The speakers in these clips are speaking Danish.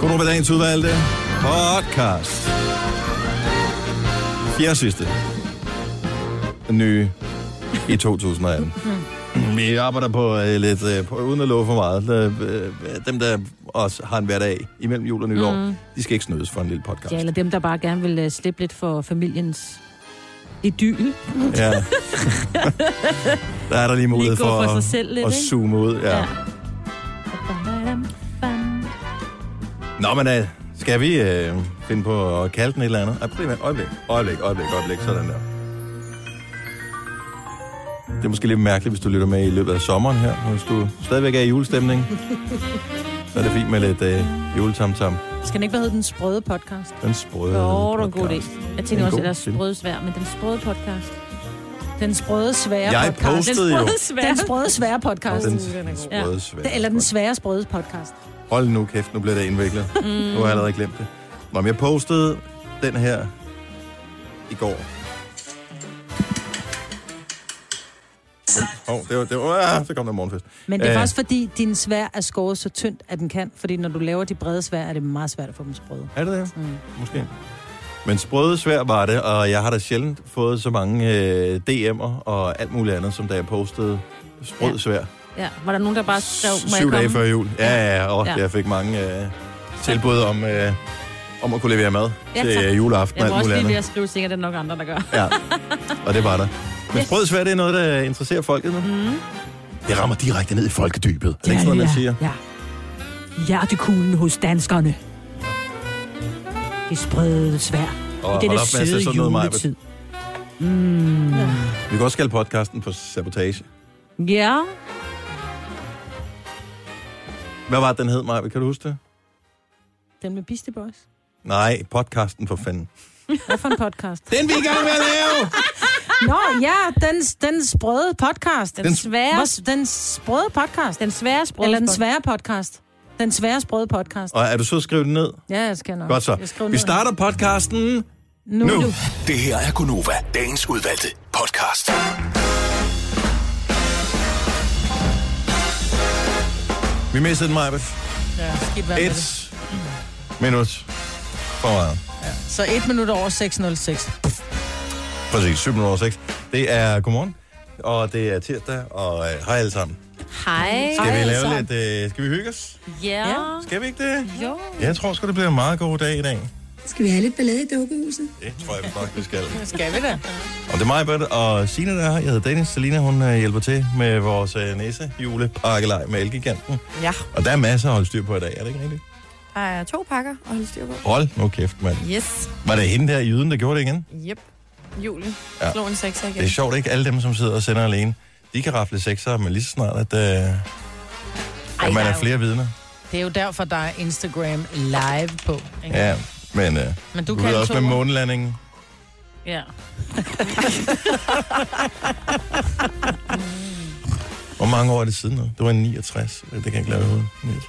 Godnova dagens udvalgte podcast. Fjerde sidste. Nye i 2018. Vi arbejder på øh, lidt, øh, på, uden at love for meget. Øh, øh, dem, der også har en hverdag imellem jul og nytår, mm. de skal ikke snydes for en lille podcast. Ja, eller dem, der bare gerne vil øh, slippe lidt for familiens idyl. Ja. der er der lige mulighed Lige gå for, for at, sig selv lidt, at ikke? zoome ud. Ja. Ja. Nå, men øh, skal vi øh, finde på at kalde den et eller andet? Ej, prøv lige at- øjeblik, øjeblik, øjeblik, øjeblik, sådan der. Det er måske lidt mærkeligt, hvis du lytter med i løbet af sommeren her, hvis du stadigvæk er i julestemning. Så er det fint med lidt øh, juletamtam. Skal den ikke bare hedde den sprøde podcast? Den sprøde Åh, oh, det var en god podcast. idé. Jeg En tænker også, god at der er film. sprøde svær, men den sprøde podcast. Den sprøde svære Jeg podcast. postede jo. Den Den sprøde sprøde svære podcast. Den Den Ja. sprøde svære. Eller den svære sprøde podcast. Hold nu kæft, nu bliver det indviklet. Mm. Nu har jeg allerede glemt det. Nå, men jeg postede den her i går. Åh, oh, det var, det var, ah, så kom der morgenfest. Men det er Øh. faktisk fordi, din svær er skåret så tyndt, at den kan. Fordi når du laver de brede svær, er det meget svært at få dem sprøde. Er det det? Mm. Måske. Men sprøde svær var det, og jeg har da sjældent fået så mange øh, DM'er og alt muligt andet, som da jeg postede Ja. sprød svær. Ja, var der nogen, der bare skrev, må jeg Syv dage komme? før jul. Ja, ja, ja. Og Ja. ja. jeg fik mange øh, tilbud om, øh, om at kunne levere mad Ja, ja, til tak. øh, juleaften og Jeg alt var også muligt lige andet. ved at skrive sikkert, det er nok andre, der gør. Ja, og det var der. Men Yes. sprød svær, det er noget, der interesserer folket nu. Mm. Det rammer direkte ned i folkedybet. Er det ikke sådan noget, man siger? Ja. Hjertekuglen hos danskerne. Det sprede svær. Og hold op med at sige sådan noget, Maja. Vi kan også kalde podcasten for sabotage. Ja, Hvad var det, den hed, Maja? Kan du huske det? Den med Beastie Boys. Nej, podcasten for fanden. Hvad for en podcast? Den vi er i gang med at lave! Nå, ja, den, den sprøde podcast. Den, Den- svære, Hvor, den sprøde podcast. Den, den svære sprøde eller den svære podcast. Den svære sprøde podcast. Og er du så skrevet den ned? Ja, jeg skal nok. Godt så. Jeg skriver Vi ned. starter podcasten nu. nu. Det her er Gunova, dagens udvalgte podcast. Vi mistede den, Maja. Ja, skidt være med det. Et minut for meget. Så et minut over 6.06. Præcis, 7 minutter over 6. Det er godmorgen, og det er tirsdag, og øh, hej alle sammen. Hej. Skal vi alle lave sammen. lidt... Øh, skal vi hygge os? Ja. Ja. Skal vi ikke det? Jo. Jeg tror sgu, det bliver en meget god dag i dag. Skal vi have lidt ballade i dukkehuset? Det tror jeg nok, vi skal. Skal vi da? Og det er mig, Britt, og Signe, der er her. Jeg hedder Dennis. Selina, hun øh, hjælper til med vores øh, næse julepakkelej med Elgiganten. Ja. Og der er masser at holde styr på i dag, er det ikke rigtigt? Der er to pakker og holde styr på. Hold nu kæft, mand. Yes. Var det hende der i yden, der gjorde det igen? Yep. Julie. Ja. Ja. Slå en sekser igen. Det er sjovt, ikke? Alle dem, som sidder og sender alene, de kan rafle sekser, men lige så snart, at, øh, at man der er er jo- flere vidner. Det er jo derfor, der er Instagram live på. Ikke? Ja, men øh, Men du, du, du kan ved også også med månelandingen. Ja. Hvor mange år er det siden nu? Det var i 69. Det kan jeg ikke lade ud. 69.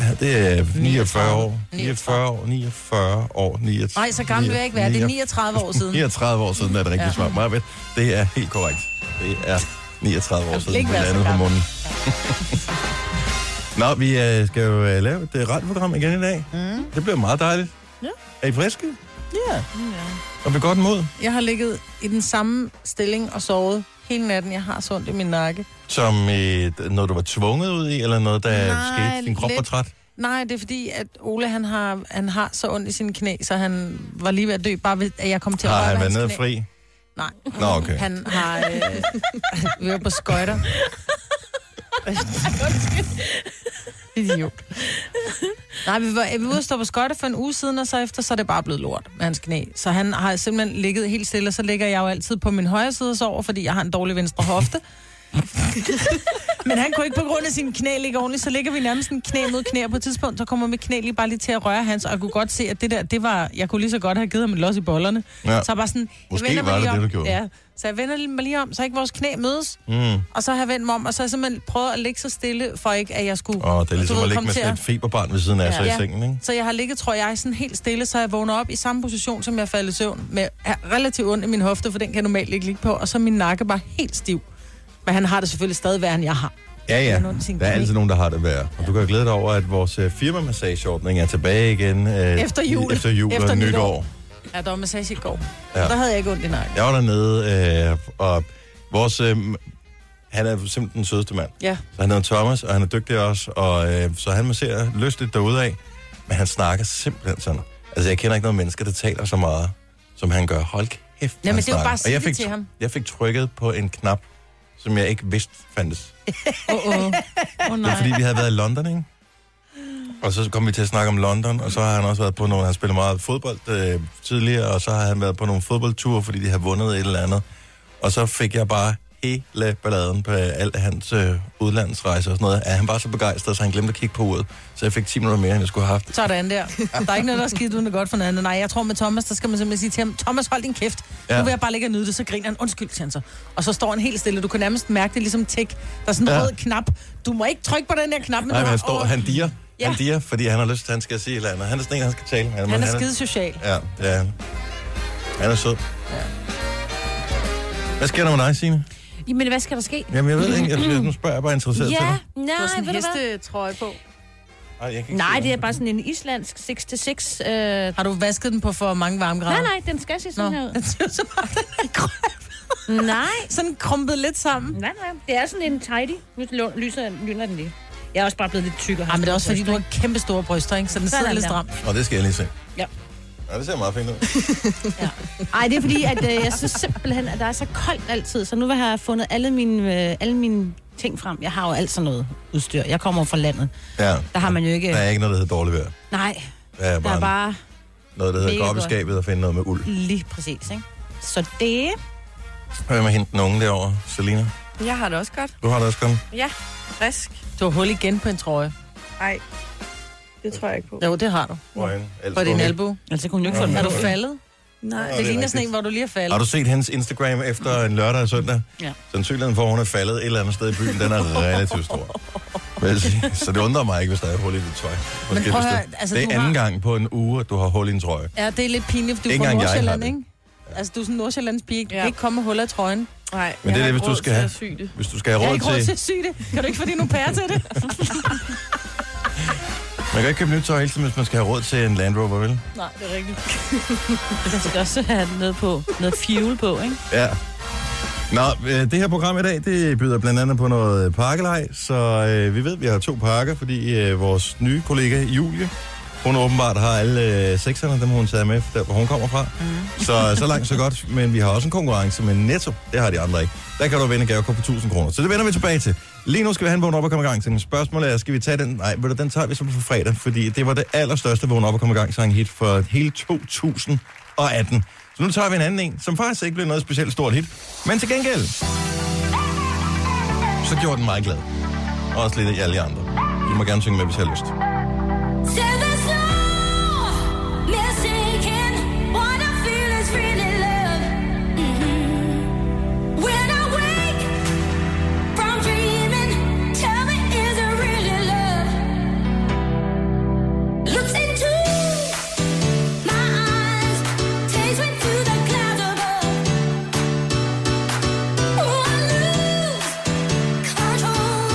Ja, Det er 49 år. 49 år. 49 år. 69. Nej, så gammel vil jeg ikke være. Det er 39 år siden. 39 år siden er det rigtige ja. svar. Marvitt, det er helt korrekt. Det er 39 år Jeg vil siden, ikke vi være så landede på gammel. munden. Nå, vi øh, skal jo øh, lave et øh, radioprogram igen i dag. Mm. Det bliver meget dejligt. Ja. Er I friske? Ja. Og ved godt mod? Jeg har ligget i den samme stilling og sovet hele natten. Jeg har sundt i min nakke. Som øh, noget, du var tvunget ud i, eller noget, der Nej, skete? Din krop var lidt. træt? Nej, det er fordi, at Ole han har, han har så ondt i sine knæ, så han var lige ved at dø, bare ved, at jeg kom til at Har røre han ved været hans nede og knæ. fri? Nej. Nå, Ah, okay. Han har... Øh, vi var på skøjter. Idiot. Nej, vi var, vi var ude at stå på skøjter for en uge siden, og så efter, så er det bare blevet lort med hans knæ. Så han har simpelthen ligget helt stille, og så ligger jeg jo altid på min højre side og sover, fordi jeg har en dårlig venstre hofte. Men han kunne ikke på grund af sine knæ ligge ordentligt, så ligger vi nærmest en knæ mod knæ, og på et tidspunkt, så kommer mit knæ lige bare lige til at røre hans, og jeg kunne godt se, at det der, det var, jeg kunne lige så godt have givet ham et los i bollerne. Ja. Ja. Så jeg bare sådan, Måske jeg vender mig var det lige det, du om. gjorde. Ja. Så jeg vender mig lige om, så ikke vores knæ mødes, Mm. og så har jeg vendt mig om, og så har jeg simpelthen prøvet at ligge så stille, for ikke at jeg skulle... Og det er ligesom du ved, at ligge komme med til sådan et feberbarn ved siden af ja. sig i Ja. sengen, ikke? Så jeg har ligget, tror jeg, sådan helt stille, så jeg vågner op i samme position, som jeg faldt i søvn, med er relativt ondt i min hofte, for den kan jeg normalt ikke ligge på, og så er min nakke bare helt stiv. Men han har det selvfølgelig stadig værre, end jeg har. Ja, ja. Men ondt i sin Der er knæ. altid nogen, der har det værre. Og du kan jo glæde dig over, at vores øh, firmamassageordning er tilbage igen. øh, Efter jul. Efter jul Efter og nytår. nytår. Ja, der var massage i går. Ja. Ja. Der havde jeg ikke ondt i nakken. Jeg var dernede, øh, og vores... Øh, han er simpelthen den sødeste mand. Ja. Så han hedder Thomas, og han er dygtig også, og øh, så han masserer lystigt derude af. Men han snakker simpelthen sådan. Altså, jeg kender ikke nogen mennesker, der taler så meget, som han gør. Hold kæft, Nej, men det er jo bare at og sige jeg det fik, til ham. Jeg fik trykket på en knap, som jeg ikke vidste fandtes. Åh, oh, oh. oh, Det er nej. fordi, vi havde været i London, ikke? Og så kom vi til at snakke om London, og så har han også været på nogle... Han spillede meget fodbold øh, tidligere, og så har han været på nogle fodboldture, fordi de har vundet et eller andet. Og så fik jeg bare hele balladen på alt hans øh, udlandsrejser og sådan noget. Ja, han var så begejstret, så han glemte at kigge på uret. Så jeg fik 10 minutter mere, end jeg skulle have haft. Sådan der. Der er ikke noget, der er skidt uden det godt for noget andet. Nej, jeg tror med Thomas, der skal man simpelthen sige til ham, Thomas, hold din kæft. Ja. Ja. Nu vil jeg bare ligge og nyde det, så griner han, undskyld, siger han så. Og så står han helt stille, du kan nærmest mærke det ligesom tæk. Der er sådan en Ja. ja. rød knap. Du må ikke trykke på den her knap, men Nej, du men har- han står, Åh, han diger. Ja. Han diger, fordi han har lyst til, at han skal sige et eller andet. Han er sådan en, han skal tale med. men han er skide social. Ja, det er han. Han er sød. Hvad sker der med dig, Signe? Jamen, hvad skal der ske? Jamen, jeg ved ikke. Jeg, jeg, nu spørger jeg bare interesseret til Ja, dig. Du har nej, sådan ved en du hvad? hestetrøje på. Ej, jeg kan ikke Nej, se det er bare sådan en islandsk 6-6. Øh... Har du vasket den på for mange Nej, varmegrader? nej, den skal se sådan her Nå, ud. den ser så bare den er krø- Nej, sådan krumpet lidt sammen. nej, nej. Det er sådan en tidy. Nu lå- lyser jeg- lyner den lige. Jeg er også bare blevet lidt tykkere. Ja, men det er også fordi, du har kæmpe store bryster, ikke? Så den Sådan sidder lidt der. stramt. Og det skal jeg lige se. Ja. Ja, det ser meget fint ud. Ej, det er fordi, at øh, jeg synes simpelthen, at der er så koldt altid, så nu har jeg fundet alle mine, øh, alle mine ting frem. Jeg har jo alt sådan noget udstyr. Jeg kommer fra landet. Ja. Der har man jo ikke... Der er ikke noget, der hedder dårligt vejr. Nej, Der er der bare, er bare noget, der hedder gå mega op i godt. skabet og finde noget med uld. lige præcis, ikke? Så det... Hør mig hente den unge derovre, Selina. Jeg har det også godt. Du har det også kommet. Ja, frisk. Du har hul igen på en trøje. Ej, det tror jeg ikke på. Jo, det har du. På din albu. Altså, kunne du ikke få den Er du på? faldet? Nej. det Det er ligner sådan en, rigtigt. hvor du lige er faldet. Har du set hendes Instagram efter en lørdag og søndag? Ja. Sandsynligheden for, at hun er faldet et eller andet sted i byen, den er relativt stor. Vel, så det undrer mig ikke, hvis der er hul i dit tøj. Måske prøv at hvis høre, det- altså, det du er har- anden gang på en uge, at du har hul i en trøje. Ja, det er lidt pinligt, for du er Ikke fra engang jeg har Nordsjælland, det. ikke? Altså, du er sådan en Nordsjællands pige. Ja. Ja. kan ikke komme med huller i trøjen. Nej, Men det er det, hvis du skal have- Syg det. Hvis du skal Jeg have har råd ikke råd til til... at sy det. Kan du ikke få dine au pair til det? Man kan ikke købe nyt tøj hele tiden, hvis man skal have råd til en Land Rover, vel? Nej, det er rigtigt. Jeg skal også have noget på. Noget fuel på, ikke? Ja. Nå, øh, det her program i dag, det byder blandt andet på noget øh, pakkelej, så øh, vi ved, at vi har to pakker, fordi øh, vores nye kollega, Julie, hun åbenbart har alle øh, sekserne, dem har hun taget med, der hvor hun kommer fra. Mm. Så så langt, så godt. Men vi har også en konkurrence med Netto. Det har de andre ikke. Der kan du vinde en gavekort på 1000 kroner. Så det vender vi tilbage til. Lige nu skal vi have en vågn op og komme i gang til. Spørgsmålet er, skal vi tage den? Nej, ved du, den tager vi simpelthen på fredag, fordi det var det allerstørste vågn op og komme i gang sang hit for hele 2018. Så nu tager vi en anden en, som faktisk ikke blev noget specielt stort hit. Men til gengæld, så gjorde den meget glad. Og også lidt af alle de andre. I må gerne synge med, hvis I har lyst. Mm-hmm. Control,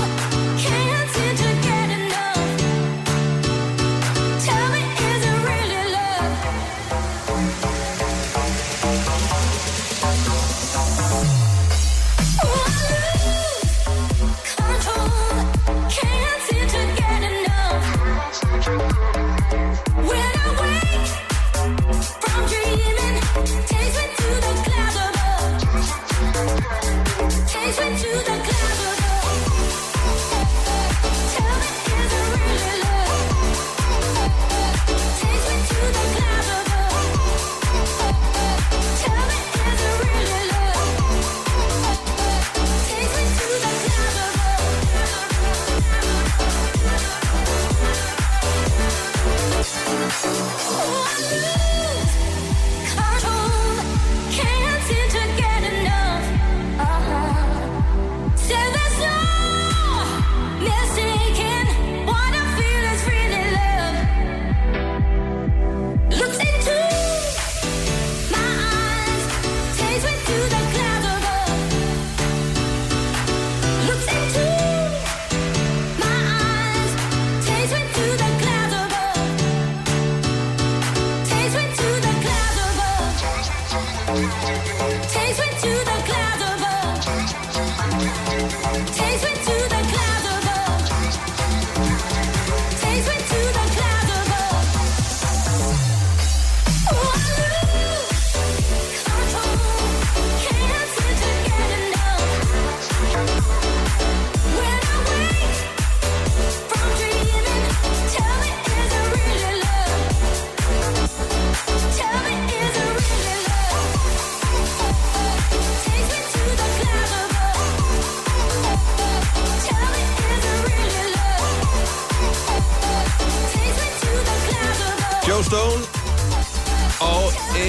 can't seem to get enough.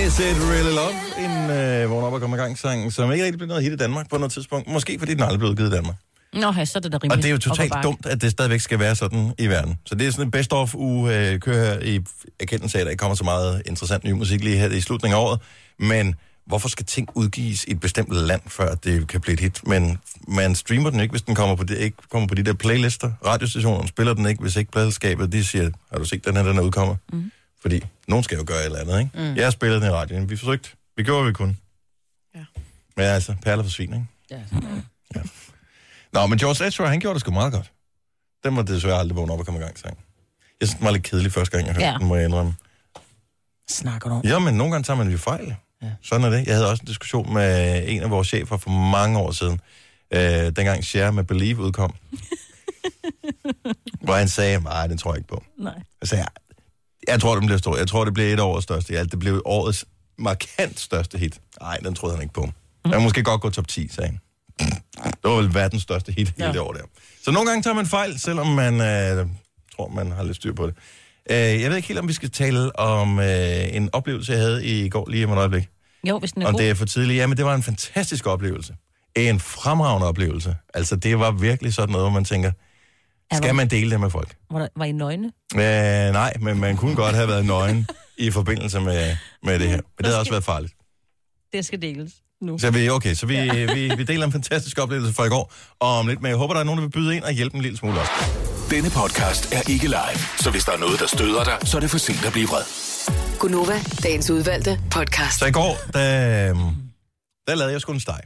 Is it really love? En øh, vågn op og komme i gang sang, som ikke rigtig blev noget hit i Danmark på noget tidspunkt. Måske fordi den aldrig blev udgivet i Danmark. Nå, ja, så er det da Og rimeligt. det er jo op ad totalt bakke. dumt, at det stadigvæk skal være sådan i verden. Så det er sådan en best of uge øh, kører her i erkendelse af, at der ikke kommer så meget interessant ny musik lige her i slutningen af året. Men hvorfor skal ting udgives i et bestemt land, før det kan blive et hit? Men man streamer den ikke, hvis den kommer på de, ikke kommer på de der playlister. Radiostationerne spiller den ikke, hvis ikke pladselskabet de siger, har du set den her, den er udkommer? Mm. Fordi nogen skal jo gøre et eller andet, ikke? Mm. Jeg spillede den i radioen. Vi forsøgte. Vi gjorde, hvad vi kunne. Ja. Men altså, perler for svin, ikke? Ja. Nå, men George Ezra, han gjorde det sgu meget godt. Den var desværre aldrig vågne op og komme i gang sang. Jeg synes, den var lidt kedelig første gang, jeg hørte ja. Ja. den, må jeg indrømme. Snakker du om? Jo, men nogle gange tager man jo fejl. Ja. Sådan er det. Jeg havde også en diskussion med en af vores chefer for mange år siden, øh, dengang Share med Believe udkom. hvor han sagde, nej, den tror jeg ikke på. Nej. Jeg sagde, jeg tror, den bliver stor. Jeg tror, det bliver et af årets største. Ja, det blev årets markant største hit. Nej, den troede han ikke på. Jeg kan måske godt gå top 10, sagde han. Det var vel verdens største hit hele Ja. det år der. Så nogle gange tager man fejl, selvom man øh, tror, man har lidt styr på det. Øh, jeg ved ikke helt, om vi skal tale om øh, en oplevelse, jeg havde i går lige om et øjeblik. Jo, hvis den er Om god. det er for tidligt. Ja, men det var en fantastisk oplevelse. En fremragende oplevelse. Altså, det var virkelig sådan noget, hvor man tænker, Ja, skal hvor- man dele det med folk? Hvor der, var I nøgne? Øh, nej, men man kunne godt have været nøgen i forbindelse med, med det her. Men det havde også været farligt. Det skal deles nu. Så vi, okay, så vi, vi, vi deler en fantastisk oplevelse fra i går og om lidt. Men jeg håber, der er nogen, der vil byde ind og hjælpe en lille smule også. Denne podcast er ikke live, så hvis der er noget, der støder dig, så er det for sent at blive vred. Gunova, dagens udvalgte podcast. Så i går, der, øhm, der lavede jeg sgu en steg.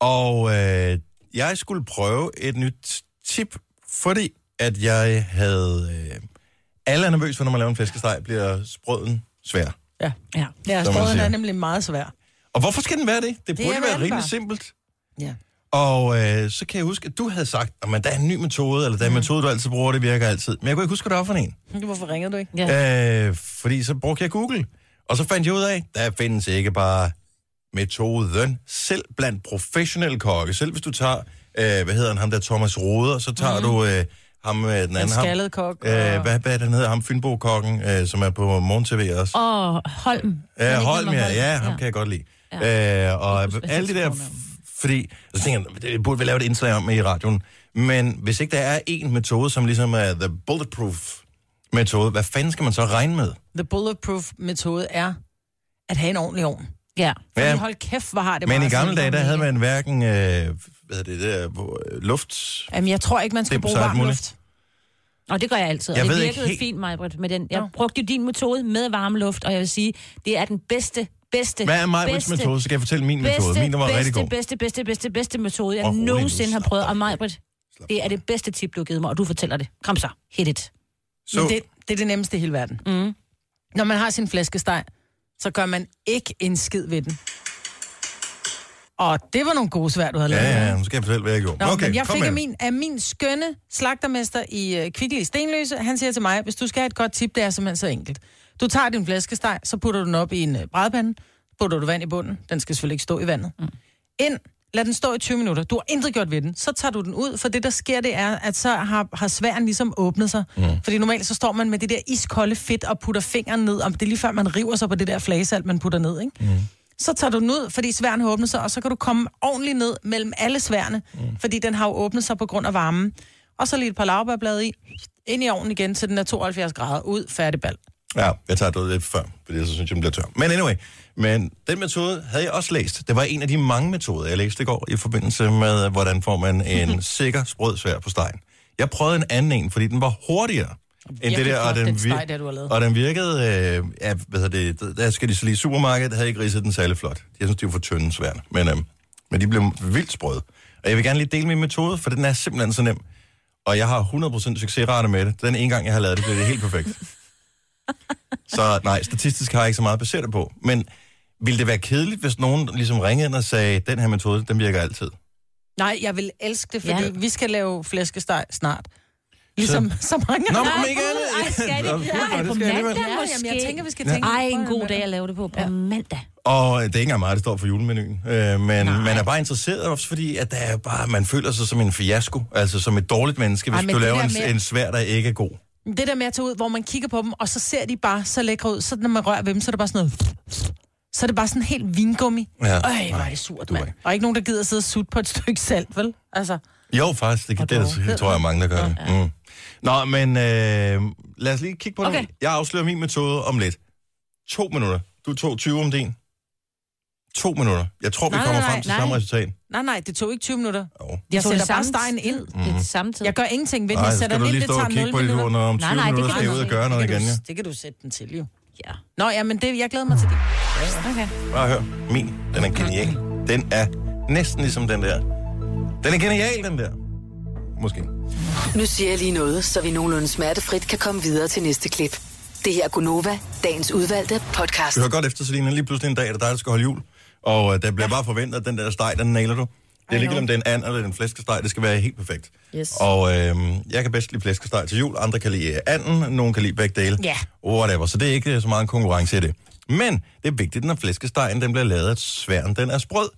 Og øh, jeg skulle prøve et nyt tip, fordi at jeg havde... Øh, alle er nervøse for, når man laver en flæskesteg, bliver sprøden svær. Ja. Ja. Ja, Som man sprøden siger. er nemlig meget svær. Og hvorfor skal den være det? Det burde være er den rimelig bare. simpelt. Ja. Og øh, så kan jeg huske, at du havde sagt, at der er en ny metode, eller der er Mhm. en metode, du altid bruger, det virker altid. Men jeg kunne ikke huske, hvad det var for en. Hm, Hvorfor ringede du ikke? Ja. Ja. Øh, fordi så brugte jeg Google. Og så fandt jeg ud af, der findes ikke bare metoden. Selv blandt professionelle kokke, selv hvis du tager, øh, hvad hedder han, ham der Thomas Roder, så tager mm. du øh, ham, øh, den anden En ham. skaldet kok. Øh, hvad, hvad er det, han hedder? Ham Fynbo-kokken, øh, som er på morgen-tv også. Og Holm. Ja, Henrik Holm, ja, Holm. ja, ham kan jeg godt lide. Ja. Øh, og Jeg husker, hvad alle de der, tidspunkt fordi, så tænker jeg, det burde vi lave et indslag om i radioen, men hvis ikke der er en metode, som ligesom er the bulletproof metode, hvad fanden skal man så regne med? The bulletproof metode er at have en ordentlig ovn. Ja. Ja. Ja, Hold kæft, hvor har det men i meget gamle dage, selvkommen der havde i. man hverken, øh, hvad hedder det der, hvor- øh, luft... Jamen, jeg tror ikke, man skal Det er bruge så alt varm muligt. luft. Og det gør jeg altid. Jeg og det ved ikke virkede helt- fint, Majbrit, med den. Jeg Nå. brugte jo din metode med varme luft, og jeg vil sige, det er den bedste, bedste, Hvad er Majbrits bedste, metode? Så skal jeg fortælle min metode. bedste, Min var rigtig bedste, god. bedste, bedste, bedste, bedste metode, jeg Og rolig nu, nogensinde har slap prøvet. af. Og Majbrit, Slap det er det bedste tip, du har givet mig, og du fortæller det. Kom så, hit it. Men Så, det, det er det nemmeste i hele verden. Mm. Når man har sin flæskesteg, så gør man ikke en skid ved den. Og det var nogle gode svær, du havde lavet. ja, ja, nu skal jeg fortælle, hvad jeg gjorde. Nå, okay, men jeg kom fik med af det. min, af min skønne slagtermester i øh, Kvickly i Stenløse, han siger til mig, hvis du skal have et godt tip, det er simpelthen så enkelt. Du tager din flæskesteg, så putter du den op i en øh, brædpande, putter du vand i bunden, den skal selvfølgelig ikke stå i vandet. Mm. Ind, lad den stå i 20 minutter, du har intet gjort ved den, så tager du den ud, for det der sker, det er, at så har, har sværen ligesom åbnet sig. Mm. Fordi normalt så står man med det der iskolde fedt og putter fingeren ned, og det er lige før man river sig på det der flagesalt, man putter ned, ikke? Mm så tager du den ud, fordi sværen har åbnet sig, og så kan du komme ordentligt ned mellem alle sværene, mm. fordi den har jo åbnet sig på grund af varmen. Og så lige et par laurbærblade i, ind i ovnen igen, til den er 72 grader, ud, færdig bal. Ja, jeg tager det lidt før, fordi så synes jeg, den bliver tør. Men anyway, men den metode havde jeg også læst. Det var en af de mange metoder, jeg læste i går i forbindelse med, hvordan får man en sikker sprød svær på stegen. Jeg prøvede en anden en, fordi den var hurtigere end det virkelig der, og den, flot, den steg, der, du har lavet. og den virkede, øh, ja, hvad hedder det, der skal de så lige i supermarkedet, havde ikke ridset den særlig flot. Jeg synes, de var for tynde sværne, men, øh, men de blev vildt sprøde. Og jeg vil gerne lige dele min metode, for den er simpelthen så nem. Og jeg har 100% succesrate med det. Den ene gang, jeg har lavet det, blev det helt perfekt. Så nej, statistisk har jeg ikke så meget baseret det på. Men ville det være kedeligt, hvis nogen ligesom ringede ind og sagde, den her metode, den virker altid? Nej, jeg vil elske det, fordi ja. Ja. vi skal lave flæskesteg snart. Ligesom så, så mange Nå, andre. men ikke alle. Ej, skal det? Nå, Ja, godt, det skal jeg alligevel. mandag Ja, jamen, jeg tænker, vi skal Ja. tænke... Ej, en god dag at lave det på på mandag. Og øh, det er ikke engang meget, det står for julemenuen. Øh, men Nej. man er bare interesseret også, fordi at der er bare, man føler sig som en fiasko. Altså som et dårligt menneske, hvis Ej, men du det laver der en, med- en svær, der ikke er god. Det der med at tage ud, hvor man kigger på dem, og så ser de bare så lækre ud. Så når man rører ved dem, så er det bare sådan noget... Så er det bare sådan helt vingummi. Ja. Øj, hvor er Nej, det surt, du er mand. ikke. Og ikke nogen, der gider sidde og sutte på et stykke salt, vel? Altså, Jo, faktisk. Det, kan, det, det, det tror jeg, er mange, der gør det. Mm. Nå, men øh, lad os lige kigge på okay. Okay. den. Jeg afslører min metode om lidt. To minutter. Du tog 20 om din. To minutter. Jeg tror, vi Nej, kommer nej, frem til nej. samme resultat. nej, nej, det tog ikke 20 minutter. Jo. Jeg sætter bare samtidig- stegen ind. Mhm. Det er samtidig. Jeg gør ingenting ved den. Nej, Jeg så sætter skal du den ind, lige det stå og tager kigge 0 på dit minutter. ord, når om 20 Nej, nej, det minutter kan skal jeg du ud og ikke. gøre noget det, kan igen. du, Ja. det kan du sætte den til, jo. Ja. Nå, ja, men det, jeg glæder mig til det. Bare hør. Min, den er genial. Den er næsten ligesom den der. Den er genial, den der. Måske. Nu siger jeg lige noget, så vi nogenlunde smertefrit kan komme videre til næste klip. Det her er Gunova, dagens udvalgte podcast. Du hører godt efter, Selina. Lige pludselig en dag er det dig, der skal holde jul. Og øh, der bliver bare forventet, at den der steg, den nailer du. Det er ligegyldigt, om det er en and eller en flæskesteg. Det skal være helt perfekt. Yes. Og øh, jeg kan bedst lide flæskesteg til jul. Andre kan lide øh, anden. Nogen kan lide begge dele. Ja. Whatever. Så det er ikke øh, så meget en konkurrence i det. Men det er vigtigt, når flæskestegen den bliver lavet, at sværen den er sprød.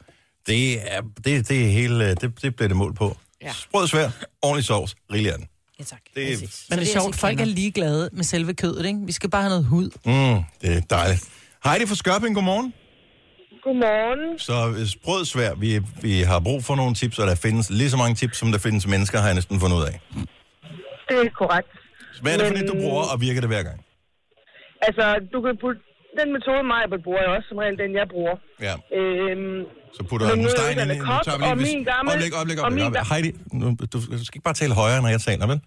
Det er, det, det er hele, øh, det, det bliver det mål på. Ja. Sprød svær, ordentlig sovs, rigelig anden. Ja, tak. Det, Men det er altså sjovt, folk er ligeglade med selve kødet, ikke? Vi skal bare have noget hud. mm, det er dejligt. Heidi fra Skørping, godmorgen. Godmorgen. Så øh, sprød svær, vi, vi har brug for nogle tips, og der findes lige så mange tips, som der findes mennesker, har jeg næsten fundet ud af. Det er korrekt. Hvad er det for Men- det, du bruger, og virker det hver gang? Altså, du kan putte... Den metode, mig bruger, er også som regel den, jeg bruger. Ja, Øhm, så putter Men jeg nu den er stein den ind i. Nu kok, tager vi lige, og min gamle- Oplæg, oplæg, og oplæg, min oplæg. ga- Heidi, nu, du, du skal ikke bare tale højere, når jeg taler, vel?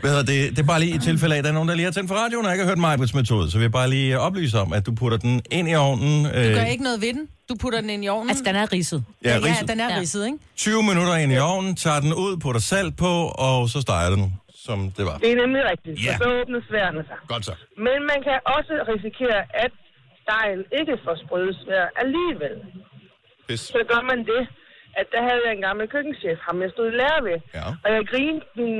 Hvad hedder det? Det er bare lige i tilfælde af, at der er nogen, der lige har tændt for radioen og ikke har hørt Majbrits metode. Så vil jeg bare lige oplyse om, at du putter den ind i ovnen. Du Øh, gør ikke noget ved den. Du putter den ind i ovnen. Altså, den er ridset. ja, ja, ridset. den er Ja. ridset, ikke? 20 minutter ind i ovnen, tager den ud, putter salt på, og så steger den, som det var. det er nemlig rigtigt. Ja. Yeah. Og så åbner sværene sig. Godt så. Men man kan også risikere, at dejen ikke får sprødes svær alligevel. Pis. Så gør man det, at der havde jeg en gammel køkkenchef, ham jeg stod i lærer ved. Ja. Og jeg grinede min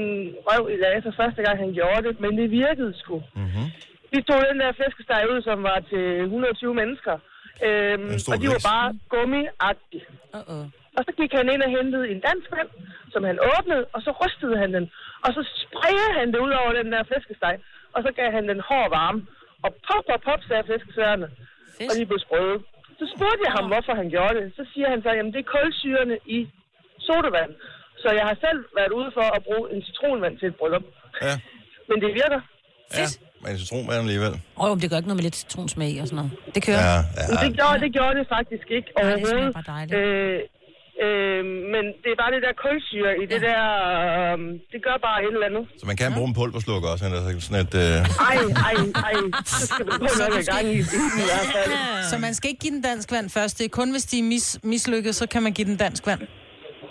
røv i lærer for første gang, han gjorde det, men det virkede sgu. Mhm. Mm-hmm. Vi tog den der flæskesteg ud, som var til 120 mennesker. Øhm, En stor og de var blæs. bare gummiagtige. Uh-uh. Og så gik han ind og hentede en dansk mand, som han åbnede, og så rystede han den. Og så spredte han det ud over den der flæskesteg, og så gav han den hård varme. Og pop, pop, pop, sagde flæskesværene. Og de blev sprøde. Så spurgte jeg ham, hvorfor han gjorde det. Så siger han så, jamen det er kulsyrene i sodavand. Så jeg har selv været ude for at bruge en citronvand til et bryllup. Ja, Men det virker. ja. Men citronvand alligevel. Åh, oh, det gør ikke noget med lidt citronsmag og sådan noget. Det kører. Ja, Ja. ja. Men det gjorde, det gjorde det faktisk ikke smager overhovedet. bare dejligt. øh, øh, men det er bare det der kulsyre i det der... Øh, det gør bare et eller andet. Så man kan bruge en pulverslukker også, eller sådan et... Ej, Øh... ej, ej. Så skal du prøve noget med gang i bilen i hvert fald. Så man skal ikke give den dansk vand først. Det er kun, hvis de er mis, mislykket, så kan man give den dansk vand.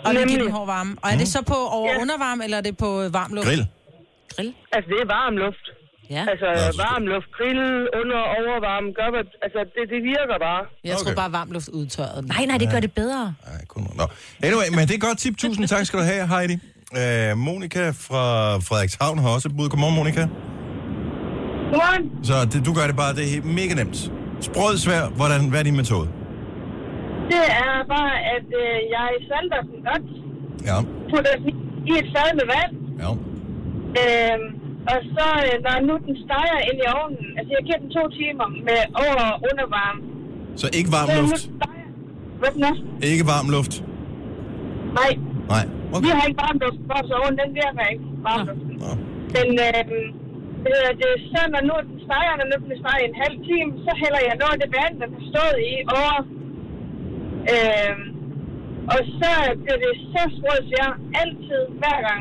Og lige give Nemlig. den hård varme. Og er det så på over- Ja. undervarme, eller er det på øh, varm luft? Mm. Grill. Grill. Altså, det er varm luft. Ja. Altså, Nå, så- varm luft, grill, under, overvarme, gør, hvad- altså, det, det virker bare. Jeg tror Okay. bare, varm luft udtørrede den. Nej, nej, det gør det bedre. Nej, kun... Nå. Anyway, men det er et godt tip. Tusind tak skal du have, Heidi. Øh, Monika fra Frederikshavn har også et bud. Godmorgen, Monika. Godmorgen. Så det, du gør det bare, det er helt mega nemt. Sprød svær, hvordan, hvad er din metode? Det er bare, at øh, jeg salter den godt, Ja, putter den i et fad med vand, ja. øh, og så, øh, når nu den steger ind i ovnen, altså, jeg giver den to timer med over og undervarme. Så ikke varm Så nu luft. steger... Hvad den er? Ikke varm luft. Nej, Nej. vi Okay. har ikke varm luft, vores ovn, den virker ikke. Varm luft. Nå. Men øh, det, hedder det er så, når nu den steger, når nu den steger i en halv time, så hælder jeg noget af det vand, der er stået i over. Øh, og så bliver det så sprødt, jeg altid, hver gang.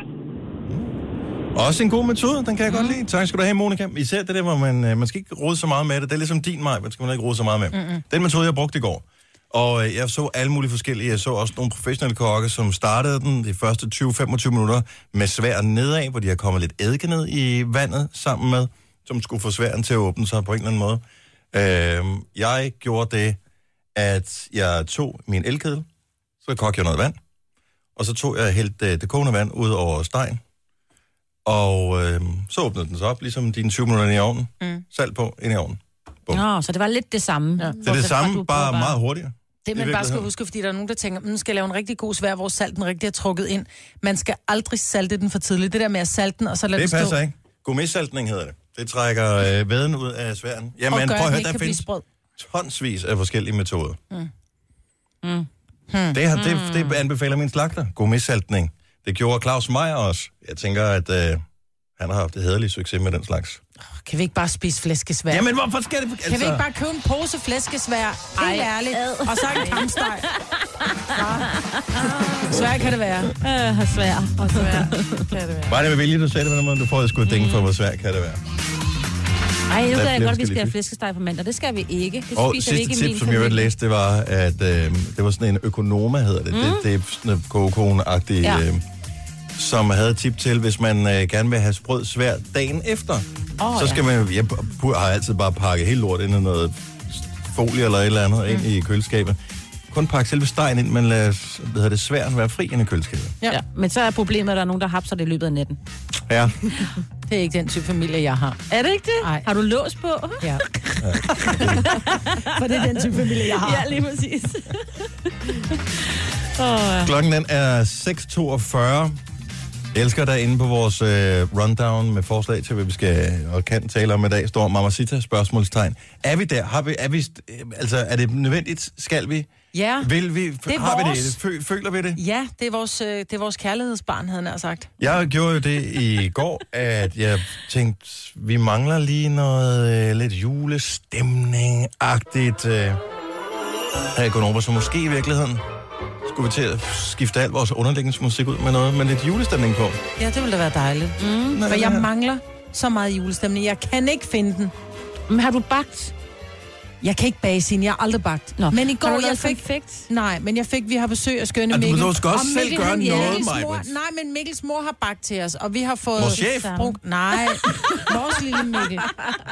Også en god metode, den kan jeg mm. godt lide. Tak skal du have, Monika. Især det der, hvor man, øh, man skal ikke rode så meget med det. Det er ligesom din mig, man skal man ikke rode så meget med. Mm-mm. Den metode, jeg brugte i går. Og øh, jeg så alle mulige forskellige. Jeg så også nogle professionelle kokke, som startede den de første 20-25 minutter med sværen nedad, hvor de har kommet lidt eddike ned i vandet sammen med, som skulle få sværen til at åbne sig på en eller anden måde. Øh, jeg gjorde det, at jeg tog min elkedel, så kogte jeg noget vand, og så tog jeg helt øh, det kogende vand ud over stegen, og øh, så åbnede den sig op, ligesom dine 20 minutter inde i ovnen. Mm. Salt på, ind i ovnen. Nå, så det var lidt det samme. Ja. Det er det samme, bare, bare meget hurtigere. Det, man I bare skal virkeligheden. huske, fordi der er nogen, der tænker, nu skal jeg lave en rigtig god svær, hvor salten rigtig er trukket ind. Man skal aldrig salte den for tidligt. Det der med at salte den, og så lade den Det stå. passer ikke. Gourmetsaltning hedder det. Det trækker øh, væden ud af sværen. Jamen, og gør, prøv at at den høre, ikke der kan blive findes sprød. tonsvis af forskellige metoder. Mm. Hmm. Mm. Det, har, det, det anbefaler min slagter. Gourmetsaltning. Det gjorde Claus Meier også. Jeg tænker, at øh, han har haft et hæderligt succes med den slags. Kan vi ikke bare spise flæskesvær? Jamen, hvorfor skal det... Altså... Kan vi ikke bare købe en pose flæskesvær? Helt Ej, ærligt. ad. Og så en kamsteg. Svær kan det være. Øh, hvor svær. Var det med vilje, du sagde det på den måde? Du får et skud dænge for, hvor svært kan det være. Ej, nu ved flere jeg godt, vi forskellige skal have fisk. flæskesteg på mandag. Det skal vi ikke. Det Og spiser vi ikke sidste i tip, min som jeg har familie. læst, det var, at øh, det var sådan en økonoma, hedder det. Mm. Det, det er sådan en kokon-agtig, Ja. øh, som havde et tip til, hvis man øh, gerne vil have sprød svær dagen efter. Oh, så skal man, jeg pu- har altid bare pakket helt lort ind i noget folie eller et eller andet mm. ind i køleskabet. Kun pakke selve stegen ind, men lad s- hvad hedder det, sværen være fri ind i køleskabet. Ja. ja. Men så er problemet, at der er nogen, der hapser det i løbet af natten. Ja. Det er ikke den type familie, jeg har. Er det ikke det? Ej. Har du lås på? Ja. For det er den type familie, jeg har. Ja, lige præcis. Klokken den er 6.42. Jeg elsker der inde på vores øh, rundown med forslag til, hvad vi skal og kan tale om i dag, står Mamacita spørgsmålstegn. Er vi der? Har vi, er, vi, st- øh, altså, er det nødvendigt? Skal vi? Ja. Vil vi? Det er har vi vores. det? Fø, føler vi det? Ja, det er vores, øh, det er vores kærlighedsbarn, havde han sagt. Jeg gjorde jo det i går, at jeg tænkte, vi mangler lige noget øh, lidt julestemning-agtigt. Øh, her i Gonova, så måske i virkeligheden skulle vi til at skifte al vores underlægningsmusik ud med noget med lidt julestemning på. Ja, det ville da være dejligt. Mm. For jeg mangler så meget julestemning. Jeg kan ikke finde den. Men har du bagt? Jeg kan ikke bage sin, jeg har aldrig bagt. Nå. Men i Har går, du jeg lavet fik... konfekt? Nej, men jeg fik, vi har besøg af skønne Ah, du- Mikkel. du skal også Og selv gøre han- noget, Mikkels mor, Maj-Brit. Nej, men Mikkels mor har bagt til os, og vi har fået... Vores chef? Brug, nej, vores lille Mikkel.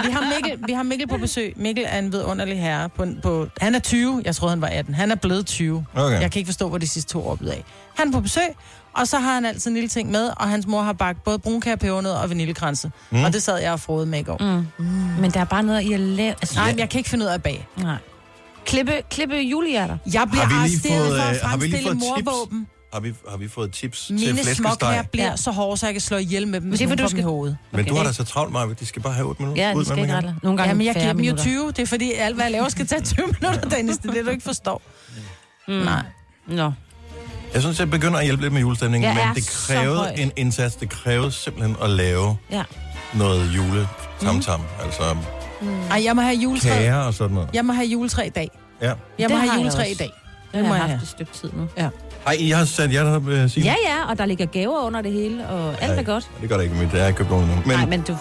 Vi har Mikkel, vi har Mikkel på besøg. Mikkel er en vidunderlig herre. På, på, han er 20, jeg troede han var 18. Han er blevet 20. Okay. Jeg kan ikke forstå, hvor de sidste to år er blevet af. Han er på besøg, og så har han altid en lille ting med, og hans mor har bagt både brunkage, pebernødder og vaniljekranse. Mm. Og det sad jeg og frode med i går. Mm. Men der er bare noget i at lave... Altså, Nej, men jeg kan ikke finde ud af at bage. nej. Klippe, klippe julehjerter. Jeg bliver Har vi lige arresteret fået, for at øh, har vi lige fremstille fået tips? morvåben. Har vi, har vi fået tips til Mine småkager flæskesteg? bliver Ja. ja. så hårde, så jeg kan slå ihjel med dem, hvis det er, det fordi nogen får du dem i skal- hovedet. Men du har Okay. da så travlt, Maja. De skal bare have 8 minutter. Ja, ud de med skal dem ikke igen. retle. Nogle gange Jamen, jeg færre giver dem jo minutter. 20. Det er fordi, alt hvad jeg laver skal tage 20 minutter, Dennis. Det er det, du ikke forstår. Mm. Nej. Nå. Jeg synes, jeg begynder at hjælpe lidt med julestemningen, Jeg men er det så høj. krævede en indsats. Det krævede simpelthen at lave Ja. noget jule tam mm. Altså Ej, jeg må have juletræ. kager og sådan noget. Jeg må have juletræ i dag. Ja. Jeg må Det har have jeg juletræ også. i dag. Det må har jeg jeg haft have. et stykke tid nu. Ej, I har sat jer der, øh, Signe? Ja, ja, og der ligger gaver under det hele, og alt er godt. Det gør det ikke med mit. Jeg har ikke købt nogen endnu. Men, Nej, men men du...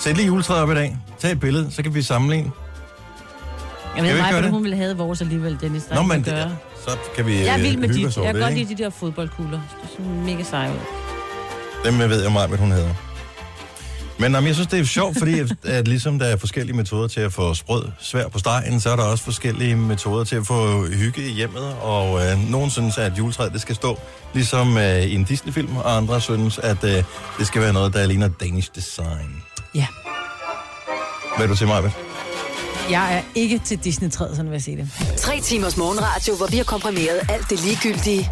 sæt lige juletræet op i dag. Tag et billede, så kan vi sammenligne. Jeg ikke ved gøre ikke, det. hun ville have vores alligevel, Dennis. Der Nå, er ikke men noget at det, gøre. så kan vi Jeg er øh, vild med hygge de, os over jeg kan det, godt ikke? lide de der fodboldkugler. Det er sådan mega seje ud. Dem jeg ved jeg meget, hvad hun hedder. Men jamen, jeg synes, det er sjovt, fordi at, at ligesom der er forskellige metoder til at få sprød svær på stegen, så er der også forskellige metoder til at få hygge i hjemmet, og øh, nogen synes, at juletræet det skal stå ligesom øh, i en Disney-film, og andre synes, at øh, det skal være noget, der ligner Danish design. Ja. Hvad vil du sige, Maja? Jeg er ikke til Disney-træet, sådan vil jeg sige det. Tre timers morgenradio, hvor vi har komprimeret alt det ligegyldige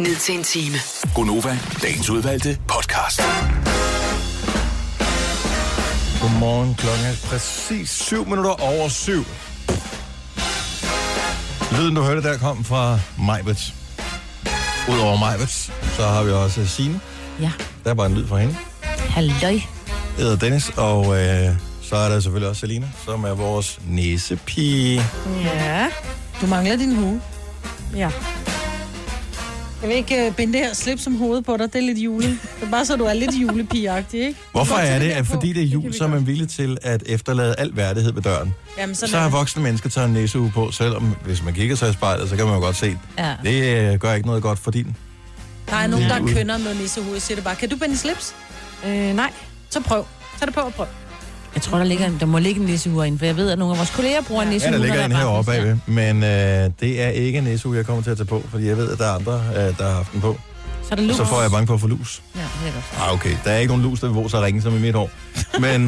ned til en time. Gonova, dagens udvalgte podcast. Godmorgen, klokken er præcis 7 minutter over 7. Lyden, du hørte der, kom fra Majbets. Udover Majbets, så har vi også øh, Signe. Ja, Der var en lyd fra hende. halløj. Jeg hedder Dennis, og øh, så er der selvfølgelig også Selina, som er vores næsepige. Ja. Du mangler din hue. Ja. Jeg vil ikke uh, binde det her slip som hoved på dig. Det er lidt jule. Det er bare så, du er lidt julepigeagtig, ikke? Hvorfor Godt, er så det, der at på. fordi det er jul, kan vi så er godt. man villig til at efterlade al værdighed ved døren? Jamen, sådan Så er har det. voksne mennesker taget en næseuge på, selvom hvis man kigger sig i spejlet, så kan man jo godt se, Ja. det øh, gør ikke noget godt for din. Der er nogen, der Lige ud. er kønner med nissehue. Jeg siger det bare. Kan du binde slips? Øh, nej. Så prøv. Tag det på og prøv. Jeg tror, der, ligger, en- der må ligge en nissehur inde, for jeg ved, at nogle af vores kolleger bruger en Ja, nissehur. der ligger en når er herovre brændt. Ja. bagved, men øh, det er ikke en næseuge, jeg kommer til at tage på, fordi jeg ved, at der er andre, øh, der har haft den på. Så er der lus. Så får jeg bange for at få lus. Ja, det er godt. Ah, okay. Der er ikke nogen lus, der vil våge sig at ringe som i mit hår. Men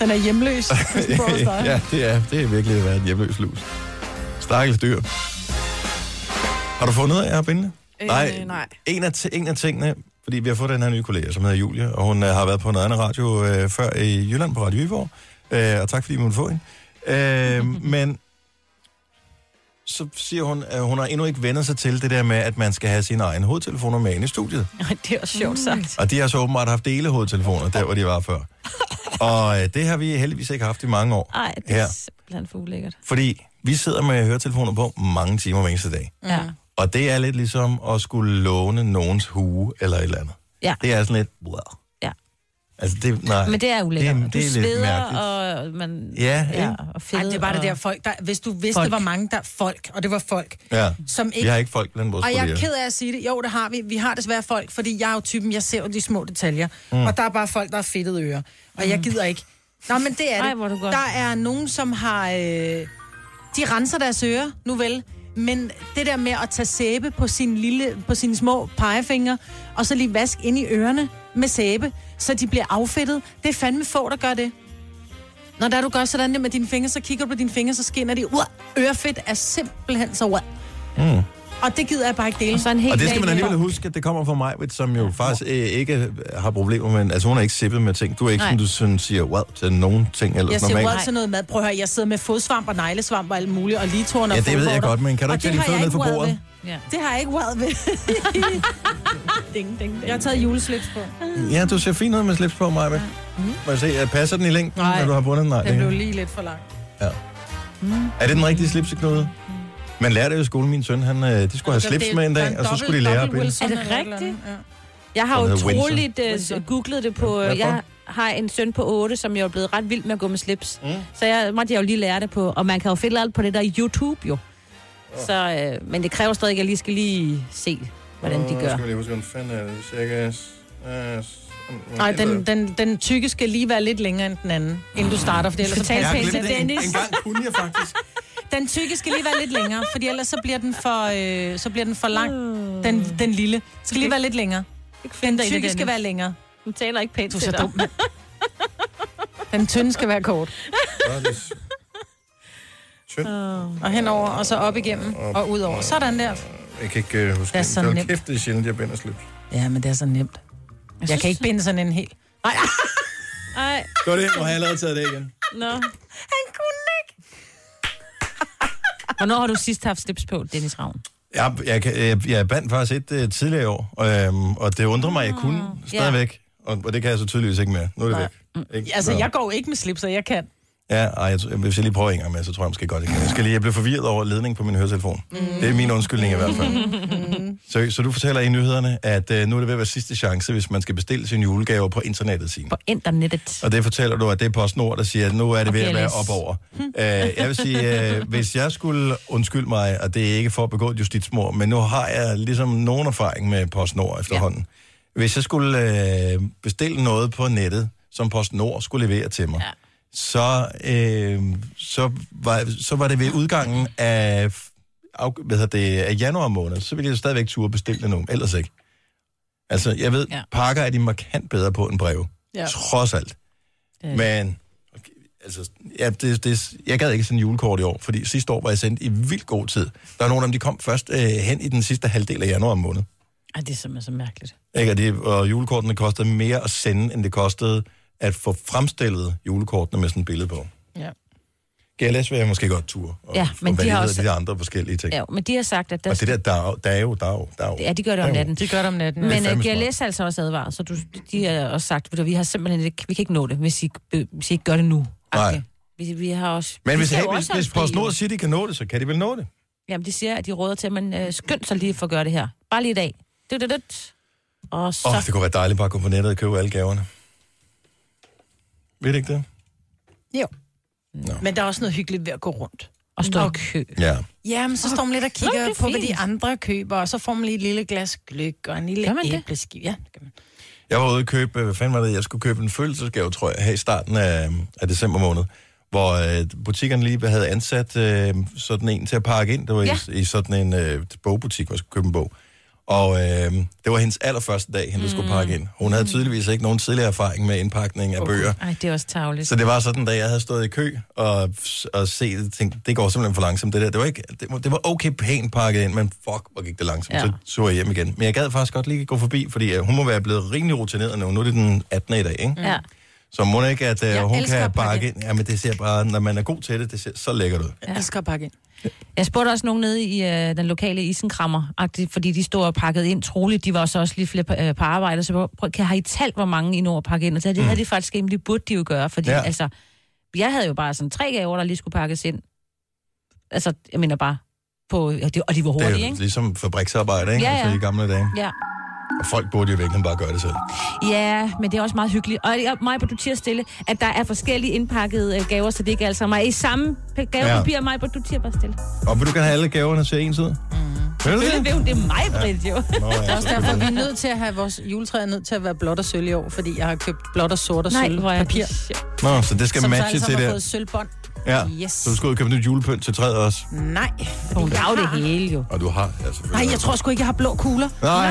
Den er hjemløs. hvis den bor hos dig. ja, det er, det er virkelig at være en hjemløs lus. Stakkels dyr. Har du fundet ud af, at jeg har bindende? Øh, nej. En, af ti- en af tingene, fordi vi har fået den her nye kollega, som hedder Julie, og hun øh, har været på noget andet radio øh, før i Jylland på Radio Viborg, øh, og tak fordi vi måtte få hende. Øh, men så siger hun, at hun har endnu ikke vendet sig til det der med, at man skal have sine egne hovedtelefoner med ind i studiet. Det er også sjovt sagt. Og de har så åbenbart haft dele hovedtelefoner, der hvor de var før. Og øh, det har vi heldigvis ikke haft i mange år. Ej, det er Ja. simpelthen for ulækkert. Fordi vi sidder med høretelefoner på mange timer hver eneste dag. Ja. Og det er lidt ligesom at skulle låne nogens hue eller et eller andet. Ja. Det er sådan lidt, wow. Ja. Altså det, nej. Men det er ulækkert. Det, det er du lidt sveder, mærkeligt. Og... og man... Ja, ikke? og fede, Ej, det er bare det og- der folk, der, hvis du vidste, Folk. folk. hvor mange der folk, og det var folk, Ja. som Vi ikke... har ikke folk blandt vores Og jeg er kolleger. ked af at sige det. Jo, det har vi. Vi har desværre folk, fordi jeg er jo typen, jeg ser jo de små detaljer. Mm. Og der er bare folk, der har fedtede ører. Og jeg gider ikke. Nå, men det er det. Mm. Ej, hvor er du godt. Der er nogen, som har... Øh, de renser deres ører, nu vel. Men det der med at tage sæbe på, sin lille, på sine små pegefingre, og så lige vask ind i ørerne med sæbe, så de bliver affedtet. Det er fandme få, der gør det. Når der du gør sådan der med dine fingre, så kigger du på dine fingre, så skinner de. Uah, ørefedt er simpelthen så uah. Mm. Og det gider jeg bare ikke dele. Og så en hel Og det dag skal man med- alligevel huske, at det kommer fra mig, som jo faktisk øh, ikke har problemer med... Altså hun er ikke sippet med ting. Du er ikke Nej. sådan, du sådan siger, wow, til nogen ting eller Jeg sådan siger noget. wow til noget mad. Prøv at høre, jeg sidder med fodsvamp og neglesvamp og alt muligt, og ligetårn og Ja, det ved jeg fodvorter. godt, men kan du Og ikke det tage dine har jeg fødder ned ikke fra bordet? været Ja. ved. Det har jeg ikke været ved. Ding, ding, ding. Jeg har taget juleslips på. Ja, du ser fint ud med slips på, mig. Ja. Må jeg se, øh, passer den i længden, Nej. når du har bundet den? Nej, Den det- blev lige lidt for lang. Er det den rigtige slipseknude? Man lærte jo i skolen, min søn, han, øh, de skulle have Altså, slips med en dag, og så skulle de lære at binde. Er det rigtigt? Jeg har Den hedder utroligt uh, Windsor. googlet det på... Hvad øh, for? Jeg har en søn på 8, som jo er blevet ret vild med at gå med slips. Mm. Så jeg måtte jeg jo lige lære det på. Og man kan jo finde alt på det der YouTube jo. Så, øh, men det kræver stadig, at jeg lige skal lige se, hvordan de gør. vi lige huske, hvordan fanden er det? Cirka... Nej, den, den, den tykke skal lige være lidt længere end den anden, inden du starter, for ellers så Fortæl tager pænt til den. Dennis. gang kunne jeg faktisk. Den tykke skal lige være lidt længere, for ellers så bliver den for, øh, så bliver den for lang. Den, den lille skal lige være lidt længere. Den tykke skal være længere. Den taler ikke pænt Du er til så dig. dum. mand. Den tynde skal være kort. Og henover, og så op igennem, og ud over. Sådan der. Jeg kan ikke øh, huske Det er så nemt. det er sjældent, jeg binder slips. Ja, men det er så nemt. Jeg, jeg kan ikke binde sådan en helt. Ej, Godt ind, og har jeg allerede taget det igen. nå. Han kunne ikke. Hvornår har du sidst haft slips på, Dennis Ravn? Jeg, jeg, kan- jeg, jeg bandt faktisk et øh, tidligere i år, og, øhm, og det undrer mig, at jeg kunne Ah, stadigvæk. Og, og det kan jeg så tydeligvis ikke mere. Nu er det væk. Ikke? Altså, Nå. jeg går jo ikke med slips, og jeg kan. Ja, ej, jeg, tror- hvis jeg lige prøver en gang med, så tror jeg måske godt, jeg kan. Jeg, skal lige, jeg blev forvirret over ledningen på min høretelefon. Mm. Det er min undskyldning i hvert fald. Så, så du fortæller i nyhederne, at øh, nu er det ved at være sidste chance, hvis man skal bestille sine julegaver på internettet, Signe. På internettet. Og det fortæller du, at det er PostNord, der siger, at nu er det Og ved at være PLS. op over. Øh, jeg vil sige, øh, hvis jeg skulle undskylde mig, og det er ikke for at begå et justitsmord, men nu har jeg ligesom nogen erfaring med PostNord efterhånden. Ja. Hvis jeg skulle øh, bestille noget på nettet, som PostNord skulle levere til mig, ja. så, øh, så, var, så var det ved udgangen af, af, hvad hedder det, af januar måned, så ville jeg stadigvæk turde bestille det nu, ellers ikke. Altså, jeg ved, ja. Ja. pakker er de markant bedre på end breve. Ja. Ja. Trods alt. Ja. Men, okay, altså, ja, det, det, jeg gad ikke sådan en julekort i år, fordi sidste år var jeg sendt i vildt god tid. Der er nogle af dem, de kom først øh, hen i den sidste halvdel af januar måned. Ej, det er simpelthen så mærkeligt. Ikke? Og, det, og julekortene kostede mere at sende, end det kostede at få fremstillet julekortene med sådan et billede på. Ja. GLS vil jeg måske godt tur. Og, Ja, men og hvad de har hedder også- de der andre forskellige ting. Ja, Ja, men de har sagt, at der... og det der dag, dag, dag, dag. Ja, de gør det om Jo. natten. De gør det om natten. er Men uh, fandme smart. GLS har altså også advaret, så du, de har også sagt, at vi har simpelthen ikke, vi kan ikke nå det, hvis I, øh, hvis I ikke gør det nu. Nej. Okay. Vi, vi har også... Men vi hvis, skal hey, jo hvis, også have hvis en bil. PostNord siger, de kan nå det, så kan de vel nå det. Jamen, de siger, at de råder til, at man øh, skynd sig lige for at gøre det her. Bare lige i dag. Du, du, du. Og så... Åh, Oh, oh, det kunne være dejligt bare at gå på nettet og købe alle gaverne. Ved du ikke det? Jo. Men der er også noget hyggeligt ved at gå rundt. og stå i kø. Ja. Ja, men så står man lidt og kigger Nå, det er på, hvad de fint. andre køber, og så får man lige et lille glas gløk og en Gør lille man det? æbleskiv. Ja, det gør man. Jeg var ude og købe, øh, hvad fanden var det, jeg skulle købe en følelsesgave, tror jeg, her i starten af, af december måned, hvor øh, butikkerne lige havde ansat øh, sådan en til at pakke ind. Det var ja. Ja. i, i sådan en øh, bogbutik, hvor jeg skulle købe en bog. Og øh, det var hendes allerførste dag, hende mm. skulle pakke ind. Hun havde tydeligvis ikke nogen tidligere erfaring med indpakning af okay. bøger. Ej, det er også tavligt. Så det var sådan, da jeg havde stået i kø og, og set, tænkte, det går simpelthen for langsomt, det der. Det var, ikke, det, var- det var okay pænt pakket ind, men fuck, hvor gik det langsomt. Ja. Ja. Så tog jeg hjem igen. Men jeg gad faktisk godt lige gå forbi, fordi øh, hun må være blevet rimelig rutineret nu. Nu er det den 18. i dag, ikke? Ja. Så må det ikke, at øh, Mm. Jeg hun elsker kan at pakke bakke ind. Jamen, det ser bare, når man er god til det, det ser så lækkert ud. Jeg elsker at pakke ind. Jeg spurgte også nogen nede i øh, den lokale isenkrammer, fordi de stod og pakkede ind troligt. De var så også lige flere på, øh, på arbejde, så prøv, kan har I talt, hvor mange I når at pakke ind? Og så, det havde de faktisk ikke, men det burde de jo gøre, fordi Ja. ja. altså, jeg havde jo bare sådan tre gaver, der lige skulle pakkes ind. Altså, jeg mener bare, på, ja, det, og de var Det hurtige, er jo ikke? ligesom fabriksarbejde, ikke? Ja, ja. Altså, i gamle dage. Ja. Og folk burde jo virkelig bare gøre det selv. ja, men det er også meget hyggeligt. Og jeg, Majbo, du tiger stille, at der er forskellige indpakkede øh, gaver, så det ikke er altså mig i samme gavepapir, ja. Majbo, du tiger bare stille. Og vil du gerne have alle gaverne til ens ud? Mm. Vil du Det det? ved hun, det er mig, Britt, jo. Nå, ja, Det er også derfor, vi er nødt til at have vores juletræ er nødt til at være blåt og sølv i år, fordi jeg har købt blåt og sort og Nej, sølv hvor er papir. det sjovt. Nå, så det skal Som så matche alle til sammen har det. fået sølvbånd. Ja. Yes. Så du skal ud og købe nyt julepynt til træet også. Nej. Hun laver det hele, jo. Og du har, ja, selvfølgelig. Nej, jeg tror sgu ikke, jeg har blå kugler. Nej.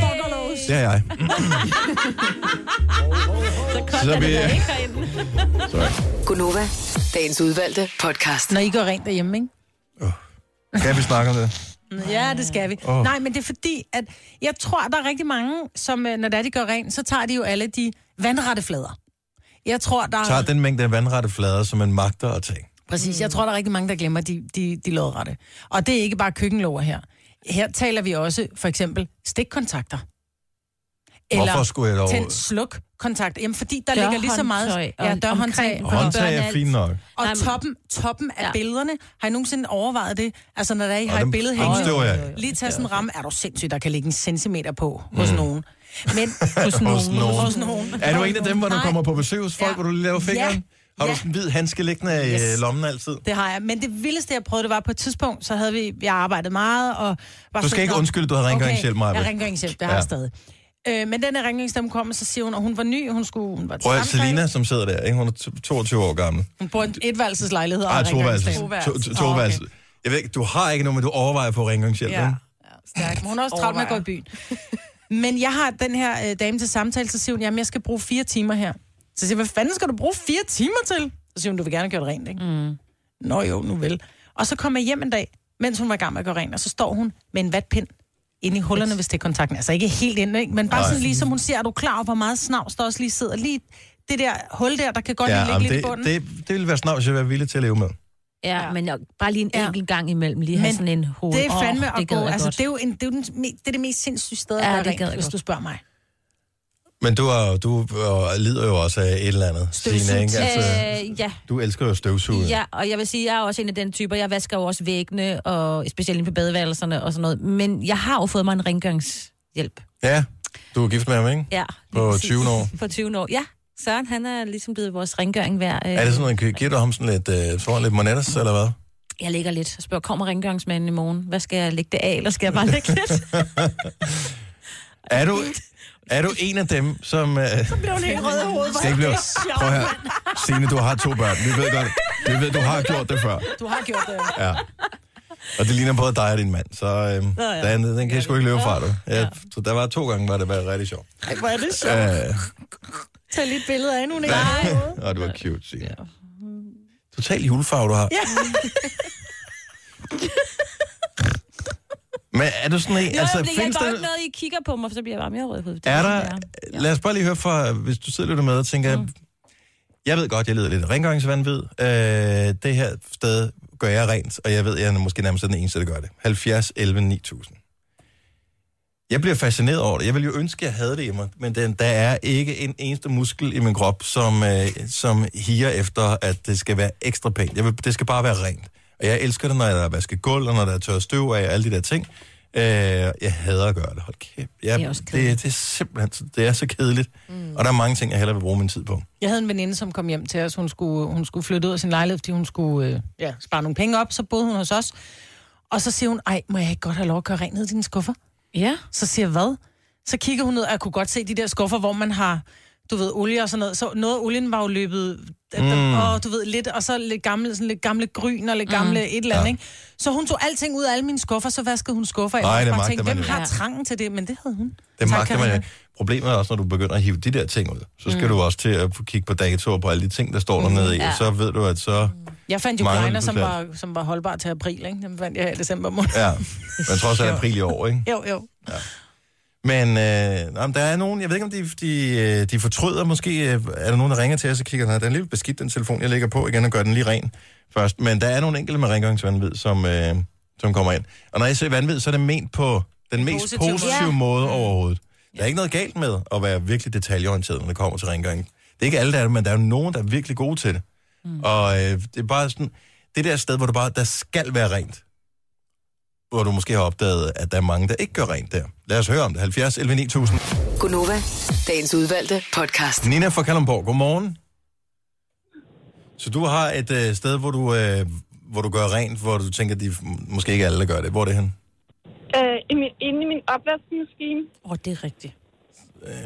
Bungalows. Det er jeg. Koldt Så er det vi- da ikke herinde. Gunova, dagens udvalgte podcast. Når I går rent derhjemme, ikke? Kan vi snakke om det? Ja, det skal vi. Åh. Oh. Nej, men det er fordi, at jeg tror, der er rigtig mange, som øh, når det er, de gør rent, så tager de jo alle de vandrette flader. Jeg tror, der Tag er, den mængde af vandrette flader, som man magter at tage. præcis, jeg tror, der er rigtig mange, der glemmer de, de, de lodrette. Og det er ikke bare køkkenlåger her. Her taler vi også for eksempel stikkontakter. Hvorfor skulle jeg dog- tænd sluk kontakt. Jamen, fordi der Dørhåndtag ligger lige så meget og- ja, dørhåndtag. omkring- Og For håndtag børn er alt. fint nok. Og Nej, men- toppen, toppen af ja. Ja. billederne. Har I nogensinde overvejet det? Altså, når der er, I har dem et billede fremstøver jeg hængende. ikke. Lige tage sådan en ramme. Er du sindssyg, der kan ligge en centimeter på hos nogen? Men hos Mm. Hos nogen. Hos nogen. Er du en af dem, hvor du Nej, kommer på besøg hos folk, Ja. hvor du lige laver fingeren? Ja. Har du Ja. sådan en hvid handske liggende i Yes. øh, lommen altid? Det har jeg. Men det vildeste, jeg prøvede, det var på et tidspunkt, så havde vi, jeg arbejdet meget. Og var Du skal sådan, ikke "Nå, undskylde, du havde rengøringshjælp, Maja. Okay, jeg har rengøringshjælp, det har Ja. jeg stadig. Øh, men den her rengøringsstemme kom, og så siger hun, og hun var ny, hun skulle... Hun var til Prøv at samtale. Selina, som sidder der, ikke? hun er t- 22 år gammel. Hun bor i en etværelseslejlighed. og har Ah, toværelses. rengøringsdame. Toværelses. To- to- Åh, Toværelses. Jeg ved ikke, du har ikke noget, men du overvejer på rengøringshjælp, Ja. ikke? ja. Stærkt. Men Hun har også travlt med at gå i byen. Men jeg har den her øh, dame til samtale, så siger hun, jamen jeg skal bruge fire timer her. Så siger jeg, hvad fanden skal du bruge fire timer til? Så siger hun, du vil gerne gøre det rent, ikke? Mm. Nå jo, nu vel. Og så kommer jeg hjem en dag, mens hun var i gang med at gøre rent, og så står hun med en vatpind inde i hullerne, hvis det er kontakten. Altså ikke helt inde, ikke? men bare Nej. sådan lige som hun siger, er du klar over, hvor meget snavs der også lige sidder lige det der hul der, der kan godt ja, lige Ja, ligge men lidt i det, bunden. det, det ville være snart, hvis jeg var villig til at leve med. Ja, ja. men nok bare lige en Ja. enkelt gang imellem, lige have Men sådan en hoved. det er fandme Åh, oh, at gad gå. jeg Altså, godt. det er jo en, det, er jo den, det, er det mest sindssyge sted at Ja, ja, det gøre gad jeg rent, hvis godt. du spørger mig. Men du, er, jo- du øh, lider jo også af et eller andet, Signe, ikke? Altså, Øh, ja. du elsker jo støvsuget. ja, og jeg vil sige, jeg er også en af den typer. Jeg vasker jo også væggene, og specielt inde på badeværelserne og sådan noget. Men jeg har jo fået mig en rengøringshjælp. ja. Du er gift med ham, ikke? Ja, lige På præcis. 20 år. På 20 år, ja. Søren, han er ligesom blevet vores rengøring hver. Øh, Er det sådan noget, gi- giver du ham sådan lidt, øh, får han lidt monettes, eller hvad? Jeg ligger lidt og spørger, kommer rengøringsmanden i morgen? Hvad skal jeg lægge det af, eller skal jeg bare lægge lidt? Er du, er du en af dem, som... Øh, Blev hun helt rød i hovedet? det bliver, prøv her. Signe, du har to børn. Vi ved godt, vi ved, du har gjort det før. Du har gjort det. Ja. Og det ligner både dig og din mand, så øh, ja. den, den kan jeg sgu ikke løbe fra, du. Ja, så der var to gange, var det var rigtig sjovt. Ej, hvor er det sjovt. Øh, Tag lige et billede af hende, hun ikke og det var cute, Signe. Total julefarve, du har. Ja. Men er du sådan en... Jo, altså, jeg kan ikke noget, I kigger på mig, for så bliver jeg bare mere rød i hovedet. Det Er sådan, der, det Ja. lad os bare lige høre fra, hvis du sidder lidt med og tænker, mm. jeg ved godt, jeg lider lidt af rengøringsvandvid, øh, det her sted gør jeg rent, og jeg ved, jeg er måske nærmest den eneste, der gør det. 70, 11, 9000. Jeg bliver fascineret over det. Jeg ville jo ønske, jeg havde det i mig, men den, der er ikke en eneste muskel i min krop, som, øh, som higer efter, at det skal være ekstra pænt. Jeg vil, det skal bare være rent. Og jeg elsker det, når jeg vasker gulv, og når der er tørret støv af, og alle de der ting. Øh, jeg hader at gøre det. Hold kæft. Jeg, Det er også det, kedeligt. det er simpelthen så- det er så kedeligt. Mm. Og der er mange ting, jeg hellere vil bruge min tid på. Jeg havde en veninde, som kom hjem til os. Hun skulle, hun skulle flytte ud af sin lejlighed, fordi hun skulle øh, ja, spare nogle penge op. Så boede hun hos os. Og så siger hun, ej, må jeg ikke godt have lov at køre rent ned i dine skuffer? Ja. Så siger jeg, hvad? Så kigger hun ned, og jeg kunne godt se de der skuffer, hvor man har du ved, olie og sådan noget. Så noget af olien var jo løbet, mm. og du ved, lidt, og så lidt gamle, sådan lidt gamle gryn og lidt gamle mm. et eller andet, ja. ikke? Så hun tog alting ud af alle mine skuffer, så vaskede hun skuffer. af. Nej, Og jeg det bare magter man hvem jo har ikke. trangen til det? Men det havde hun. Det Tak, magter man Karina. ikke. Problemet er også, når du begynder at hive de der ting ud, så skal mm. du også til at kigge på datoer på alle de ting, der står dernede i, og så ved du, at så... Jeg fandt jo Mangler kleiner, du som klart? var, som var holdbar til april, ikke? Dem fandt jeg i december måned. Ja, men trods alt april i år, ikke? Jo, jo. Men øh, om der er nogen, jeg ved ikke, om de, de, øh, de fortryder måske, øh, er der nogen, der ringer til os og kigger, nej, den er lidt beskidt, den telefon, jeg lægger på igen og gør den lige ren først. Men der er nogle enkelte med rengøringsvandvid, som, øh, som kommer ind. Og når jeg siger vandvid, så er det ment på den mest positive, Positiv måde. Mm. positive måde overhovedet. Der er ikke noget galt med at være virkelig detaljeorienteret, når det kommer til rengøring. Det er ikke alle, der er det, men der er jo nogen, der er virkelig gode til det. Mm. Og øh, det er bare sådan, det der sted, hvor du bare, der skal være rent hvor du måske har opdaget, at der er mange, der ikke gør rent der. Lad os høre om det. 70 11 9000. Gunova, dagens udvalgte podcast. Nina fra Kalundborg, godmorgen. Så du har et øh, sted, hvor du, øh, hvor du gør rent, hvor du tænker, at de måske ikke alle der gør det. Hvor er det hen? Øh, i min, inde i min opvaskemaskine, Åh, oh, det er rigtigt.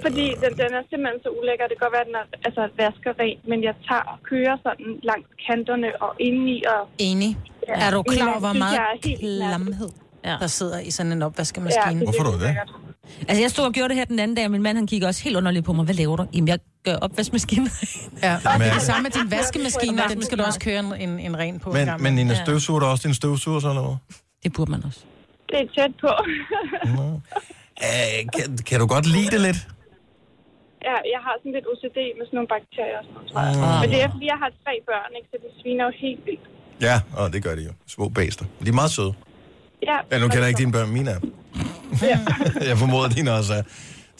fordi den, den er simpelthen så ulækker. Det kan godt være, at den er altså, vasker rent, men jeg tager og kører sådan langs kanterne og indeni. Og, Enig. ja, Er du klar over, hvor Jeg meget er helt klamhed, Ja. der sidder i sådan en Ja, opvaskemaskine? det Hvorfor er dog det? lækkert. Altså, jeg stod og gjorde det her den anden dag, og min mand, han kiggede også helt underligt på mig. Hvad laver du? Jamen, jeg gør opvaskemaskinen. Ja, og det er mærkeligt. det samme med din vaskemaskine, og den skal du Vaskemaskine. også køre en, en, en ren på. en Men, gang. men Nina, støvsuger du også din støvsuger, så eller hvad? det burde man også. Det er tæt på. Æh, kan, kan du godt lide det lidt? ja, jeg har sådan lidt OCD med sådan nogle bakterier og sådan noget, tror jeg. Ah. Men det er, fordi jeg har tre børn, ikke? så det sviner jo helt vildt. Ja, og det gør de jo. Små baster. Men De er meget søde. Ja, Ja, nu kender jeg ikke dine børn, mine er. jeg formoder, at dine også er.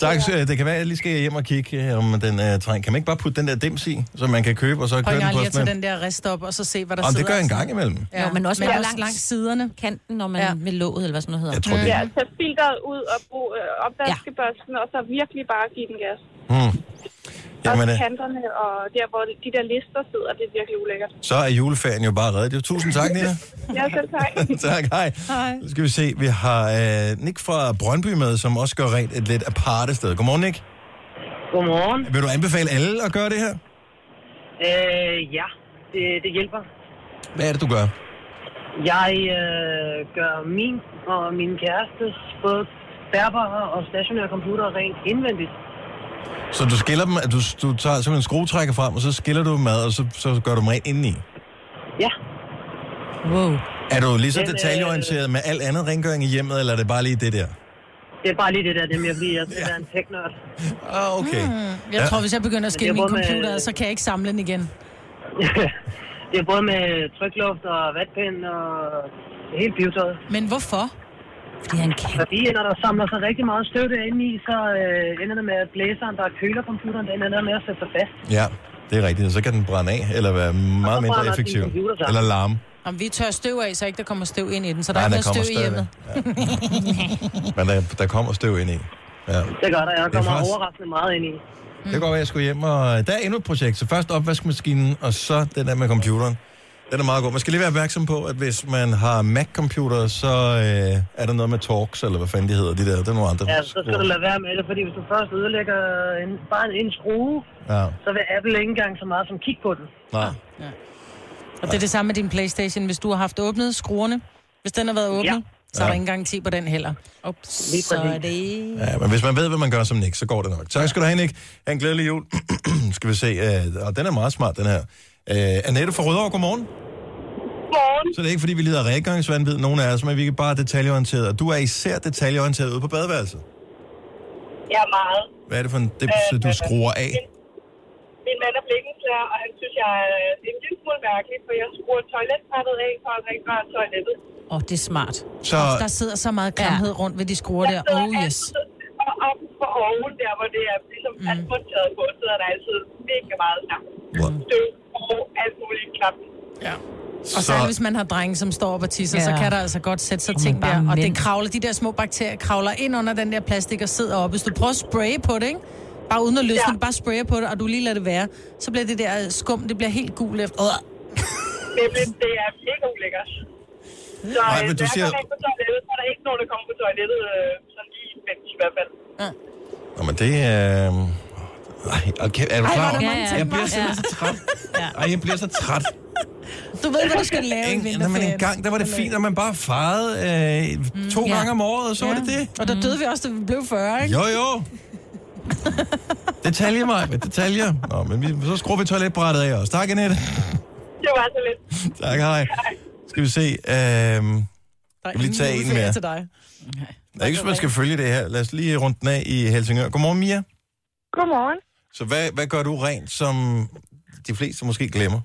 Tak, ja. det kan være, at jeg lige skal hjem og kigge, øh, om den er trængt. Kan man ikke bare putte den der dims i, som man kan købe, og så Prøv køre en den gang på lige at tage sådan en... den der rest op, og så se, hvad der Om sidder. det gør jeg en og sådan- gang imellem. Ja, Jo, men også bare langs- langs siderne. Kanten, når man Ja. ja. med låget, eller hvad sådan noget hedder. Jeg tror, det Ja, tag filteret ud og brug øh, opvaskebørsten, ja. og så virkelig bare give den gas. Hmm. Jamen, Også øh, kanterne og der, hvor de der lister sidder, det er virkelig ulækkert. så er juleferien jo bare reddet. Jo, Tusind tak, Nina. Ja, selv tak. tak, hej. hej. Nu skal vi se, vi har øh, Nick fra Brøndby med, som også gør rent et lidt aparte sted. Godmorgen, Nick. Godmorgen. Vil du anbefale alle at gøre det her? Øh, ja, det, det hjælper. Hvad er det, du gør? Jeg øh, gør min og min kærestes både bærbare og stationære computer rent indvendigt. Så du skiller dem, at du, du tager simpelthen en skruetrækker frem, og så skiller du dem ad, og så, så gør du dem rent indeni. Ja, Wow. Er du lige så Men, øh, detaljeorienteret med alt andet rengøring i hjemmet, eller er det bare lige det der? det er bare lige det der, dem jeg bliver. Jeg ja. er en teknørd. Ah, okay. Hmm. Mm, Jeg Ja. tror, hvis jeg begynder at skille Det er min både med- computer, ad, så kan jeg ikke samle den igen. det er både med trykluft og vatpind og det hele pivetøjet. Men hvorfor? Fordi han kan. Fordi når der samler sig rigtig meget støv derinde i, så øh, ender det med, at blæseren, der køler computeren, den ender med at sætte sig fast. Ja, det er rigtigt. Og Så kan den brænde af, eller være meget mindre brænder din effektiv. computer sammen. Eller larme. Om vi tør støv af, så ikke der kommer støv ind i den, så der Nej, er der ikke kommer noget støv i støv hjemmet. ind. Men der, der kommer støv ind i. Ja. Det gør der, jeg er kommer faktisk- overraskende meget ind i. Det kan godt være, at jeg skulle hjem, og der er endnu et projekt. Så først opvaskemaskinen, og så den der med computeren. Den er meget god. Man skal lige være opmærksom på, at hvis man har Mac-computer, så øh, er der noget med Torx, eller hvad fanden de hedder, de der. Det er nogle andre. Ja, Altså, så skal du lade være med det, fordi hvis du først ødelægger en, bare en, en skrue, Ja, så vil Apple ikke engang så meget som kigge på den. nej. Og det er det samme med din Playstation. Hvis du har haft åbnet skruerne, hvis den har været åbnet, Ja. så er Ja. der ikke engang 10 på den heller. Ups, Lige så er præcis. det... Ja, men hvis man ved, hvad man gør som Nick, så går det nok. Tak skal du have, Nick. Ha' en glædelig jul. skal vi se. Øh, og den er meget smart, den her. Øh, Annette fra Rødovre, godmorgen. Morgen. Så det er ikke, fordi vi lider af rengøringsvandvid, nogen af os, men vi er bare detaljeorienteret. Og du er især detaljeorienteret ude på badeværelset. Jeg er meget. Hvad er det for en dims, du skruer af? Min mand er blikkenslærer, og han synes, jeg er en lille smule mærkelig, for jeg skruer toiletbrættet af for at rengøre toilettet. Åh, oh, det er smart. Så, Der sidder så meget klamhed rundt ved de skruer der. Så Oh yes. altid op for oven, der hvor det er ligesom mm. asfalteret på, sidder der altid mega meget snart. Wow. Støv og alt muligt klap. Og særligt så, hvis man har drenge, som står op og tisser, ja. så Ja. kan der altså godt sætte sig Og ting man bare der. Og det mænd. kravler, de der små bakterier kravler ind under den der plastik og sidder op. Hvis du prøver at spraye på det, ikke? Bare uden at løsne Ja. ja. det, bare sprayer på det, og du lige lader det være, så bliver det der skum, det bliver helt gul efter. Øh. Det, det, det er mega ulækkert. Så Ej, øh, men du når jeg siger- kommer ind på toilettet, så er der ikke nogen, der kommer på toilettet, øh, sådan lige imens i hvert fald. Nå, men det, øh, Ej, okay, er du Ej, klar? hvor er der mange ting, jeg bliver Mark. simpelthen så træt. Ej, jeg bliver så træt. Du ved, hvad du skal lave i Ikke? Nå, men en vinterferien. gang, der var det fint, at man bare fejrede øh, to ja. gange om året, og så var det det. Og der døde vi også, da vi blev 40, ikke? Jo, jo. Detaljer, mig. Detaljer. Nå, men vi, så skruer vi toiletbrættet af også. Tak, Annette. Det var altså så lidt. Tak, hej. Skal vi se. Øhm, Der er vil lige tage en juleferie mere. til dig. jeg ikke, man skal følge det her. Lad os lige runde den af i Helsingør. Godmorgen, Mia. Godmorgen. Så hvad, hvad gør du rent, som de fleste måske glemmer?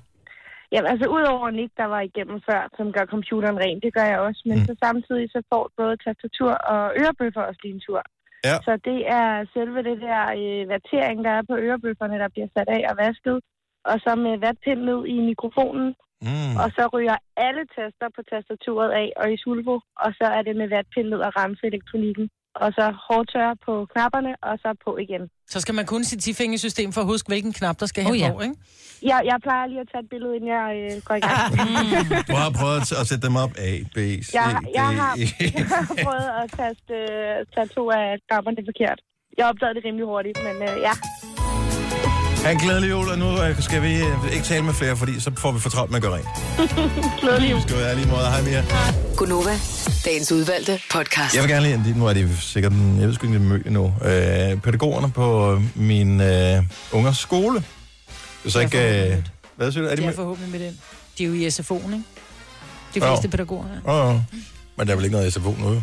Jamen altså, udover Nick, der var igennem før, som gør computeren ren, det gør jeg også. Men Mm. mm. så samtidig så får både tastatur og ørebøffer også lige en tur. Ja. Så det er selve det der øh, vatering, der er på ørebøfferne, der bliver sat af og vasket. Og så med vatpind ned i mikrofonen, Mm. og så ryger alle taster på tastaturet af og i sulvo. Og så er det med vatpind ned og rense elektronikken. Og så hårdtørre på knapperne, og så på igen. Så skal man kun sit 10-fingersystem for at huske, hvilken knap, der skal hen Oh, ja. på, ikke? Jeg, jeg plejer lige at tage et billede, inden jeg øh, går i gang. Du har prøvet at, at sætte dem op. A, B, C, Jeg, D, jeg, har, E. jeg har prøvet at taste, øh, tage to af knapperne forkert. Jeg opdagede det rimelig hurtigt, men øh, ja. Han glædelig jul, og nu øh, skal vi øh, ikke tale med flere, fordi så får vi for travlt med at gøre rent. Glædelig jul. Skal vi være lige måde. Hej, Mia. Gunova, dagens udvalgte podcast. Jeg vil gerne lige, nu er det sikkert, en- jeg ved sgu ikke, om det er mø endnu, øh, pædagogerne på min øh, ungers skole. Det er så Ja, ikke... forhåbentlig Øh, mødt. hvad siger du? Er de Det er mødt? forhåbentlig med den. De er jo i SFO'en, ikke? De Jo. fleste pædagoger. ja. Åh, oh, men der er vel ikke noget SFO nu? jo?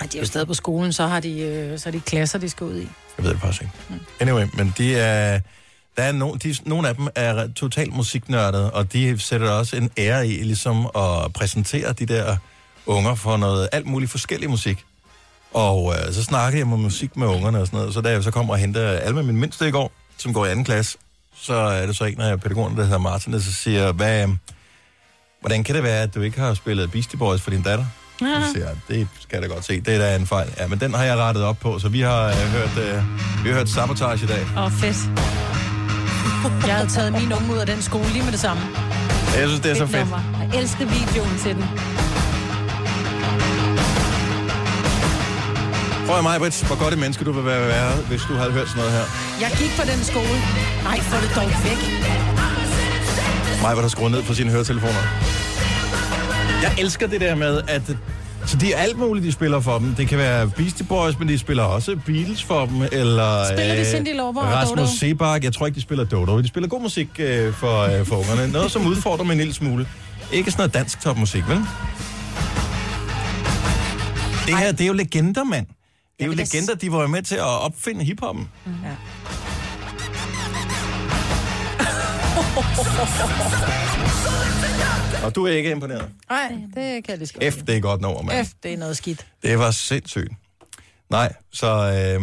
Og de er jo stadig på skolen, så har de, øh, så er de klasser, de skal ud i. Jeg ved det faktisk ikke. Anyway, men de er... Der er no, de, nogle af dem er totalt musiknørdede, og de sætter også en ære i ligesom at præsentere de der unger for noget alt muligt forskellig musik. Og øh, så snakker jeg om musik med ungerne og sådan noget, så da jeg så kommer og henter Alma, min mindste i går, som går i anden klasse, så er det så en af pædagogerne, der hedder Martin, der så siger, hvad, øh, hvordan kan det være, at du ikke har spillet Beastie Boys for din datter? Så siger jeg, det skal jeg da godt se, det er da en fejl. Ja, men den har jeg rettet op på, så vi har øh, hørt, øh, vi har hørt sabotage i dag. Åh, oh, fedt. Jeg havde taget min unge ud af den skole lige med det samme. Jeg synes, det er så fedt. nummer. Jeg elsker videoen til den. Prøv at mig, Brits, hvor godt et menneske du vil være, være, hvis du havde hørt sådan noget her. Jeg gik på den skole. Nej, få det dog væk. Mig var der skruet ned på sine høretelefoner. Jeg elsker det der med, at... Så det er alt muligt, de spiller for dem. Det kan være Beastie Boys, men de spiller også Beatles for dem, eller... Spiller de øh, Cyndi Lauper og Rasmus Dodo? Sebak. Jeg tror ikke, de spiller Dodo. De spiller god musik øh, for, øh, for ungerne. Noget, som udfordrer mig en lille smule. Ikke sådan noget dansk topmusik, vel? Det her, det er jo legender, mand. Det er jo men det- legender, de var jo med til at opfinde hiphoppen. Og du er ikke imponeret. Nej, det kan jeg lige så F, det er godt nummer, mand. godt. F, det er noget skidt. Det var sindssygt. Nej, så... Øh,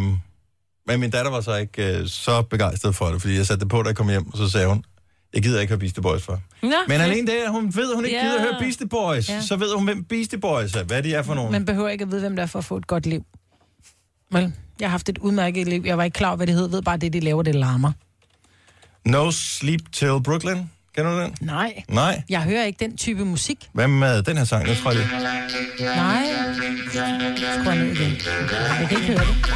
men min datter var så ikke øh, så begejstret for det, fordi jeg satte det på, da jeg kom hjem, og så sagde hun, jeg gider ikke høre Beastie Boys for. Nå, Men alene det, at hun ved, at hun ikke Ja. gider at høre Beastie Boys, Ja. så ved hun, hvem Beastie Boys er, hvad de er for nogen. Man behøver ikke at vide, hvem der er for at få et godt liv. Vel, jeg har haft et udmærket liv. Jeg var ikke klar over, hvad det hed. Jeg ved bare, at det, de laver, det larmer. No Sleep Till Brooklyn, kender du den? Nej. Nej. Jeg hører ikke den type musik. Hvad med den her sang? Jeg tror, det Nej. Skru ned igen. Jeg kan ikke høre det.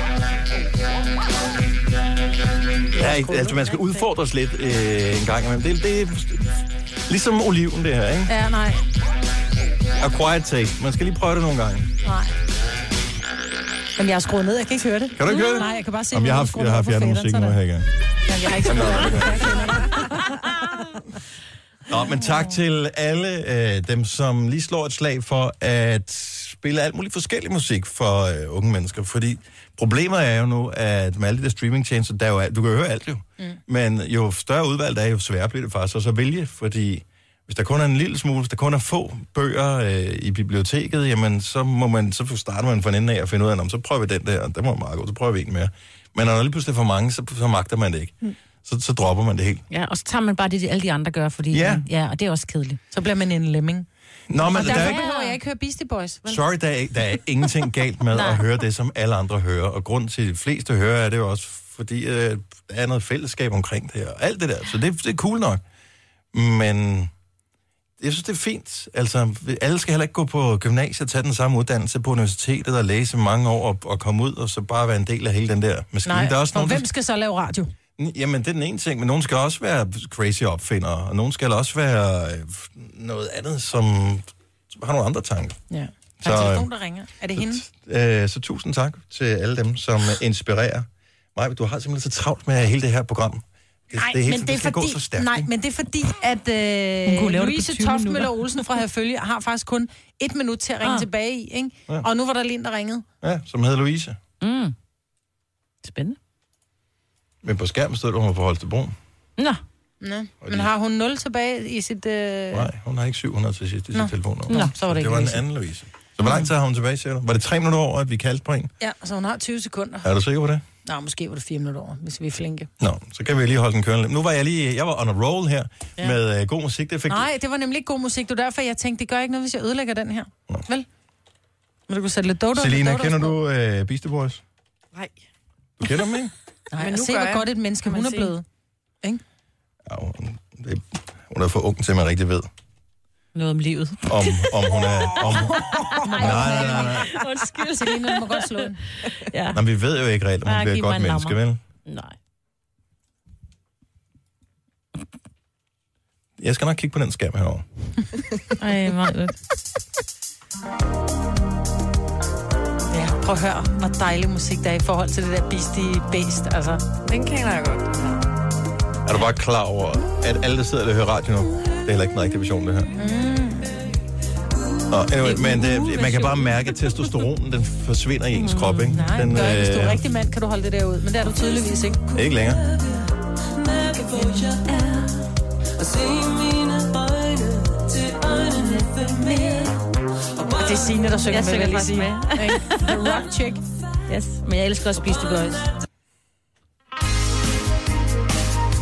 Ja, ikke- altså man skal udfordres lidt øh, en gang imellem. Det, det er ligesom oliven, det her, ikke? Ja, nej. A quiet taste. Man skal lige prøve det nogle gange. Nej. Men jeg har skruet ned, jeg kan ikke høre det. Kan du ikke høre det? Nej, jeg kan bare se, Jamen, jeg har, jeg har haft hjertemusik nu her i gang. Jeg har ikke skruet ned. Nå, men tak til alle øh, dem, som lige slår et slag for at spille alt muligt forskellig musik for øh, unge mennesker. Fordi problemet er jo nu, at med alle de der streamingtjenester, der er jo alt, du kan jo høre alt jo. Mm. Men jo større udvalg der er, jo sværere bliver det faktisk også at vælge. Fordi hvis der kun er en lille smule, hvis der kun er få bøger øh, i biblioteket, jamen så, må man, så starter man fra en ende af og finder ud af, "Nå, men så prøver vi den der, og den var meget god, så prøver vi en mere. Men når der lige pludselig er for mange, så, så magter man det ikke. Mm. Så, så dropper man det helt. Ja, og så tager man bare det, de- alle de andre gør, fordi... Ja. ja og det er også kedeligt. Så bliver man en lemming. Nå, men Og der er derfor ikke... behøver jeg ikke høre Beastie Boys. Vel? Sorry, der er, der er ingenting galt med at høre det, som alle andre hører. Og grund til, at de fleste hører, er det jo også, fordi øh, der er noget fællesskab omkring det her. Og alt det der. Så det, det er cool nok. Men jeg synes, det er fint. Altså, alle skal heller ikke gå på gymnasiet og tage den samme uddannelse på universitetet og læse mange år og, og komme ud og så bare være en del af hele den der maskine. Nej, der er også og nogen, hvem skal så lave radio? der- N- Jamen, det er den ene ting, men nogen skal også være crazy opfindere, og nogen skal også være øh, noget andet, som har nogle andre tanker. Ja. Så, Der er en øh, telefon, der ringer. Er det hende? Øh, så tusind tak til alle dem, som øh, inspirerer mig. Du har simpelthen så travlt med hele det her program. Det, Nej, hele men tiden- det er skal gå fordi, så stærkt. nej, ikke? men det er fordi, at Hun øh, kunne lave det på Louise 20 Toftmøller minutter. Olsen fra Herfølge har faktisk kun et minut til at ringe ah. tilbage i, ikke? Ja. Ja. Og nu var der lige en, der ringede. Ja, som hedder Louise. Mm. Spændende. Men på skærmen stod, at hun var fra Holstebro. Nå, Nå. Men lige- har hun 0 tilbage i sit... Øh... Nej, hun har ikke 700 til sidst i sit Nå. telefonnummer. Nå, så var det ikke Det var en Louise. anden Louise. Så hvor lang tid har hun tilbage, siger du? Var det tre minutter over, at vi kaldte på en? Ja, så hun har 20 sekunder. Er du sikker på det? Nå, måske var det 4 minutter over, hvis vi er flinke. Nå, så kan vi lige holde den kørende. lidt. Nu var jeg lige, jeg var on a roll her ja. med øh, god musik. Det fik Nej, det var nemlig ikke god musik. Det var derfor, jeg tænkte, det gør ikke noget, hvis jeg ødelægger den her. Vel? Men du kunne sætte lidt dodo. Selina, dodo- kender du øh, Beastie Boys? Nej. Du kender dem, ikke? Nej, Men men nu se, gør hvor jeg. godt et menneske Kan man hun er se? blevet. Ja, hun, det, hun er for ung til, at man rigtig ved, noget om livet. om, om hun er... Om, nej, nej, nej, nej. Undskyld. Selina, du må godt slå den. ja. Nå, men vi ved jo ikke reelt, om hun Nej, bliver et giv godt mig en menneske, lammer. vel? Nej. Jeg skal nok kigge på den skærm herovre. Ej, meget godt. Ja, prøv at høre, hvor dejlig musik der er i forhold til det der beastie beast, altså. Den kender jeg godt. Er du bare klar over, at alle, der sidder og hører radio nu, det er heller ikke den rigtige version, det her? Mm. Og, anyway, men det, man kan bare mærke, at testosteronen den forsvinder i ens krop, ikke? Nej, den, den, gør ikke. Hvis du er øh, rigtig mand, kan du holde det der ud. Men det er du tydeligvis ikke. Ikke længere. Og det er Signe, der synger Jeg med, vil jeg synger lige faktisk sige. med. Ikke? The rock chick. Yes. Men jeg elsker også Beastie Boys.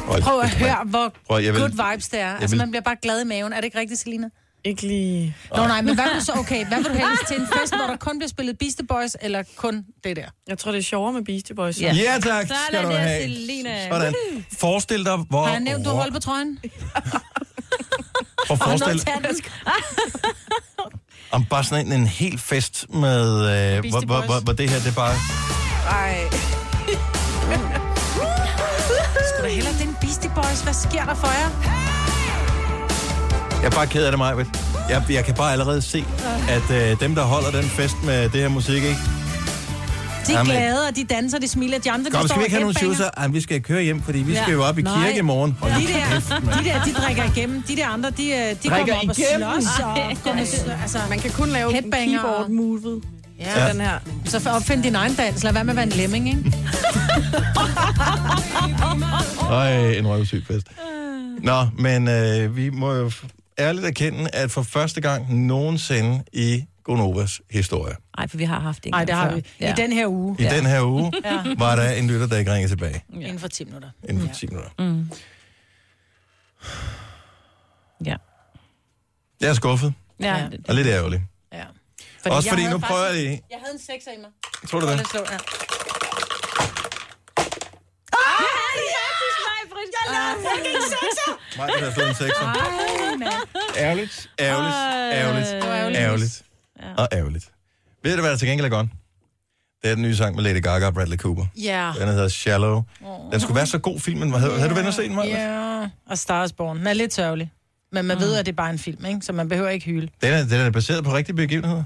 Hold Prøv at kæft, mand. høre, hvor Prøv, jeg vil- good vibes det er. Altså, vil- man bliver bare glad i maven. Er det ikke rigtigt, Selina? Ikke lige... Nå, nej, men hvad vil du så? Okay, hvad vil du helst til en fest, hvor der kun bliver spillet Beastie Boys, eller kun det der? Jeg tror, det er sjovere med Beastie Boys. Ja. Ja, tak skal Sådan du der, have. Selina. Sådan. Forestil dig, hvor... Har jeg nævnt, du holdt på trøjen? Prøv at Og forestille noget tanden. om bare sådan en, en hel fest med... Øh, hvor, hvor, Boys. hvor, hvor, det her, det er bare... Ej. Skulle da heller ikke den Beastie Boys? Hvad sker der for jer? Jeg er bare ked af det, Majbet. Jeg, jeg kan bare allerede se, at øh, dem, der holder den fest med det her musik, ikke? De er Jamen. glade, og de danser, de smiler, de andre, de Kom, står skal vi ikke have nogen og headbanger. shoes? Ej, vi skal køre hjem, fordi vi Ja. skal jo op i Nej. kirke i morgen. Hold De der, de der, de drikker igennem. De der andre, de, øh, de Drikker kommer op igennem? og slås. Og går med, s- altså, Man kan kun lave Headbanger. keyboard-movet. ja. Ja. Den her. Så f- opfind din egen dans. Lad være med at være en lemming, ikke? Ej, en røvsyg fest. Nå, men øh, vi må jo f- ærligt erkende, at for første gang nogensinde i Gonovas historie, Nej, for vi har haft det en Nej, gang det har før. vi. Ja. I den her uge. i ja. den her uge, ja. var der en lytter, der ikke ringede tilbage Inden for 10 minutter. inden for 10 minutter. Mm. Ja. Jeg er skuffet, Ja. Ja. og lidt ærgerlig. Ja. Fordi Også jeg fordi, havde nu prøver jeg lige. Jeg havde en sekser i mig. Tror du det? Prøv lige at slå her. Nej, det har slået en sekser. Ærgerligt, ærgerligt, ærgerligt, ærgerligt. ærgerligt og ærgerligt. Ved du, hvad der til gengæld er godt? Det er den nye sang med Lady Gaga og Bradley Cooper. Ja. Den hedder Shallow. Den skulle være så god filmen. Havde, havde du været inde og se den, Maja? Ja. Mm. Og Star is Born. Den er lidt sørgelig. Men man ved, at det er bare en film, ikke? Så man behøver ikke hyle. Den er, den er baseret på rigtige begivenheder?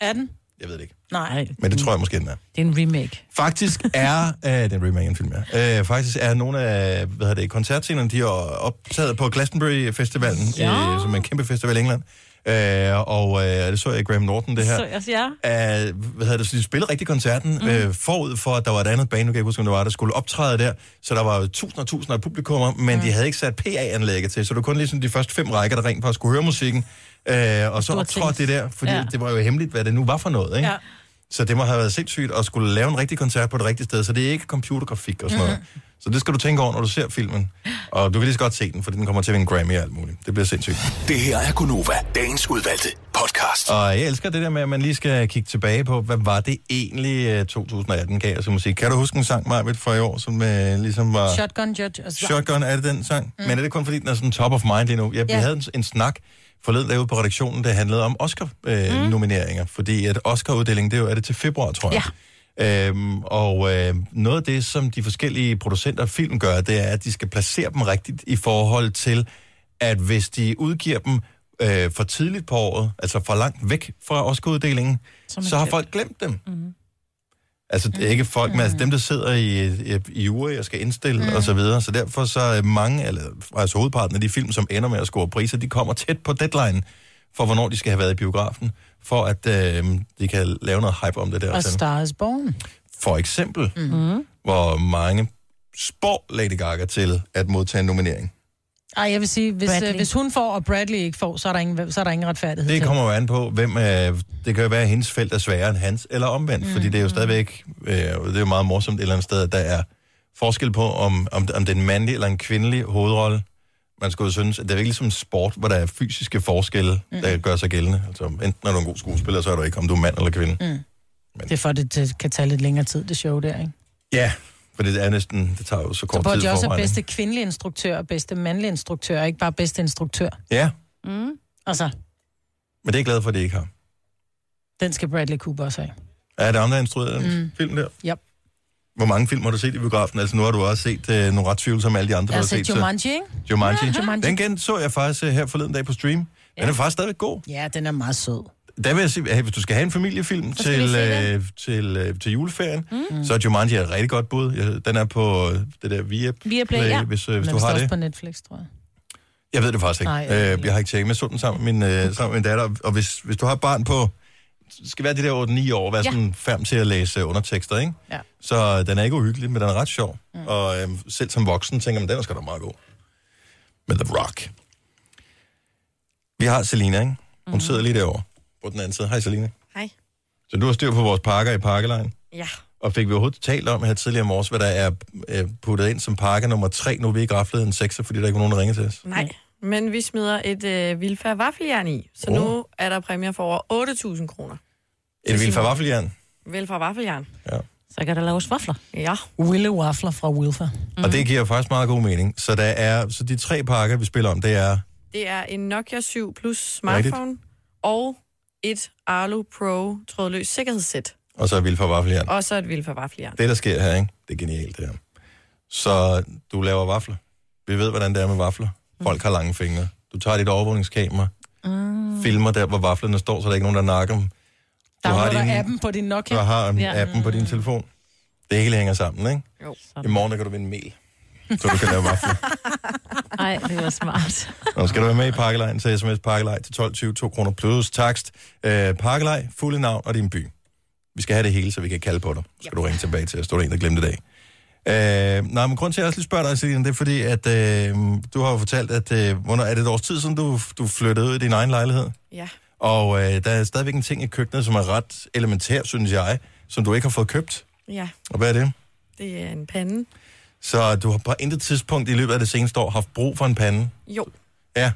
Er den? Jeg ved det ikke. Nej. Men det tror jeg måske, den er. Det er en remake. Faktisk er... øh, den remake af en film, ja. Øh, faktisk er nogle af hvad hedder det, koncertscenerne, de er optaget på Glastonbury Festivalen, ja. øh, som er en kæmpe festival i England. Øh, og øh, det så jeg i Graham Norton, det her. Så jeg siger, ja. af, hvad hedder det, så de spillede rigtig koncerten mm. øh, forud for, at der var et andet band, nu kan jeg ikke huske, om det var, der skulle optræde der, så der var jo tusinder og tusinder af publikummer, men mm. de havde ikke sat PA-anlægget til, så det var kun ligesom de første fem rækker, der rent faktisk kunne høre musikken, øh, og så Stor optrådte det ting. der, fordi ja. Ja. det var jo hemmeligt, hvad det nu var for noget, ikke? Ja. Ja. Så det må have været sindssygt at skulle lave en rigtig koncert på det rigtige sted, så det er ikke computergrafik og sådan noget. Så det skal du tænke over, når du ser filmen. Og du kan lige så godt se den, for den kommer til at vinde Grammy og alt muligt. Det bliver sindssygt. Det her er Gunova, dagens udvalgte podcast. Og jeg elsker det der med, at man lige skal kigge tilbage på, hvad var det egentlig øh, 2018 gav os i musik. Kan du huske en sang, Marvitt, fra i år, som øh, ligesom var... Shotgun Judge. Altså, Shotgun er det den sang? Mm. Men er det kun fordi, den er sådan top of mind lige nu? Jeg, ja. Ja. Vi havde en, en snak forleden derude på redaktionen, der handlede om Oscar-nomineringer. Øh, mm. Fordi at Oscar-uddelingen, det er jo er det til februar, tror jeg. Øhm, og øh, noget af det, som de forskellige producenter af film gør, det er, at de skal placere dem rigtigt i forhold til, at hvis de udgiver dem øh, for tidligt på året, altså for langt væk fra Oscar-uddelingen, Som så har eksempel. folk glemt dem. Mm-hmm. Altså, det er ikke folk, men altså dem, der sidder i, i, i jury og skal indstille mm. og så videre. Så derfor så er mange, eller altså hovedparten af de film, som ender med at score priser, de kommer tæt på deadline for, hvornår de skal have været i biografen, for at øh, de kan lave noget hype om det der. Og Sådan. Star is Born. For eksempel, mm. hvor mange spår Lady Gaga til at modtage en nominering. Ej, jeg vil sige, hvis, Bradley. øh, hvis hun får, og Bradley ikke får, så er der ingen, så er der ingen retfærdighed. Det til kommer jo an på, hvem øh, det kan jo være, at hendes felt er sværere end hans, eller omvendt, mm. fordi det er jo stadigvæk, øh, det er jo meget morsomt et eller andet sted, at der er forskel på, om, om, om det er en mandlig eller en kvindelig hovedrolle. Man skulle jo synes, at det er ikke ligesom en sport, hvor der er fysiske forskelle, mm. der gør sig gældende. Altså, enten er du en god skuespiller, så er du ikke, om du er mand eller kvinde. Mm. Det er for, at det det kan tage lidt længere tid, det show der, ikke? Ja, for det er næsten, det tager jo så Så kort burde tid de også have forvejen, bedste ikke? kvindelige instruktør og bedste mandlige instruktør, og ikke bare bedste instruktør. Ja, Altså, men det er jeg glad for, at de ikke har. den skal Bradley Cooper også have. Er det ham, der har instrueret mm. film der? Yep. Hvor mange film har du set i biografen? Altså, nu har du også set øh, nogle ret tvivlsomme alle de andre, Jeg har du har set. set så- Jumanji, ikke? Jumanji. Jumanji. Den igen så jeg faktisk øh, her forleden dag på stream. Den er faktisk stadigvæk god. Ja, den er meget sød. Der vil jeg sige, hey, hvis du skal have en familiefilm skal vi til, se øh, til, øh, til juleferien, mm. så er Jumanji et rigtig godt bud. Jeg- Den er på øh, det der via, Viaplay, ja. hvis, øh, Den hvis er du vist har også det. på Netflix, tror jeg. Jeg ved det faktisk ikke. Nej, Nej, jeg ved jeg, det øh, jeg har ikke tjekket, men jeg så den sammen med min, øh, sammen med min datter. Og hvis, hvis du har et barn på, det skal være de der 8-9 år, være Ja. sådan færm til at læse undertekster, ikke? Ja. Så den er ikke uhyggelig, men den er ret sjov. Mm. Og øh, selv som voksen tænker man, den er sgu da meget god. Med The Rock. Vi har Selina, ikke? Hun mm. sidder lige derovre på den anden side. Hej Selina. Hej. Så du har styr på vores pakker i pakkelejen. Ja. Og fik vi overhovedet talt om her tidligere i morges, hvad der er øh, puttet ind som pakke nummer 3. Nu er vi ikke raflet en 6, fordi der ikke var nogen, der ringede til os. Nej. Men vi smider et øh, Vilfa vaffeljern i, så Oh. oh. nu er der præmier for over 8.000 kroner. Et vildt farvaffeljern. Vel fra vaffeljern. Så kan der laves vafler. Ja. Willow Waffler fra Wilfer. Mm. Og det giver faktisk meget god mening. Så, der er, så de tre pakker, vi spiller om, det er... Det er en Nokia 7 Plus smartphone og et Arlo Pro trådløs sikkerhedssæt. Og så er vildt farvaffeljern. Og så et Vilfa vaffeljern. Det, der sker her, ikke? det er genialt det her. Så du laver vafler. Vi ved, hvordan det er med vafler. Folk har lange fingre. Du tager dit overvågningskamera, mm. filmer der, hvor vaflerne står, så der er ikke nogen, der nakker dem. Du har Downloader din- appen på din Du Nokia. har en Ja. appen på din telefon. Det hele hænger sammen, ikke? Jo. I morgen der kan du vinde mel, så du kan lave vafler. Nej, det var smart. Nå, skal du være med i pakkelejen, så sms pakkelej til 12.20, 2 kroner plus takst. Øh, pakkelej, fulde navn og din by. Vi skal have det hele, så vi kan kalde på dig. Så skal du ringe tilbage til os, du er der en, der glemte det af. Øh, nej, men grund til, at jeg også lige spørger dig, Selina, det er fordi, at øh, du har jo fortalt, at øh, hvornår, er det et års tid siden, du, du flyttede ud i din egen lejlighed? Ja. Og øh, der er stadigvæk en ting i køkkenet, som er ret elementær, synes jeg, som du ikke har fået købt. Ja. Og hvad er det? Det er en pande. Så du har på intet tidspunkt i løbet af det seneste år haft brug for en pande. Jo. Ja,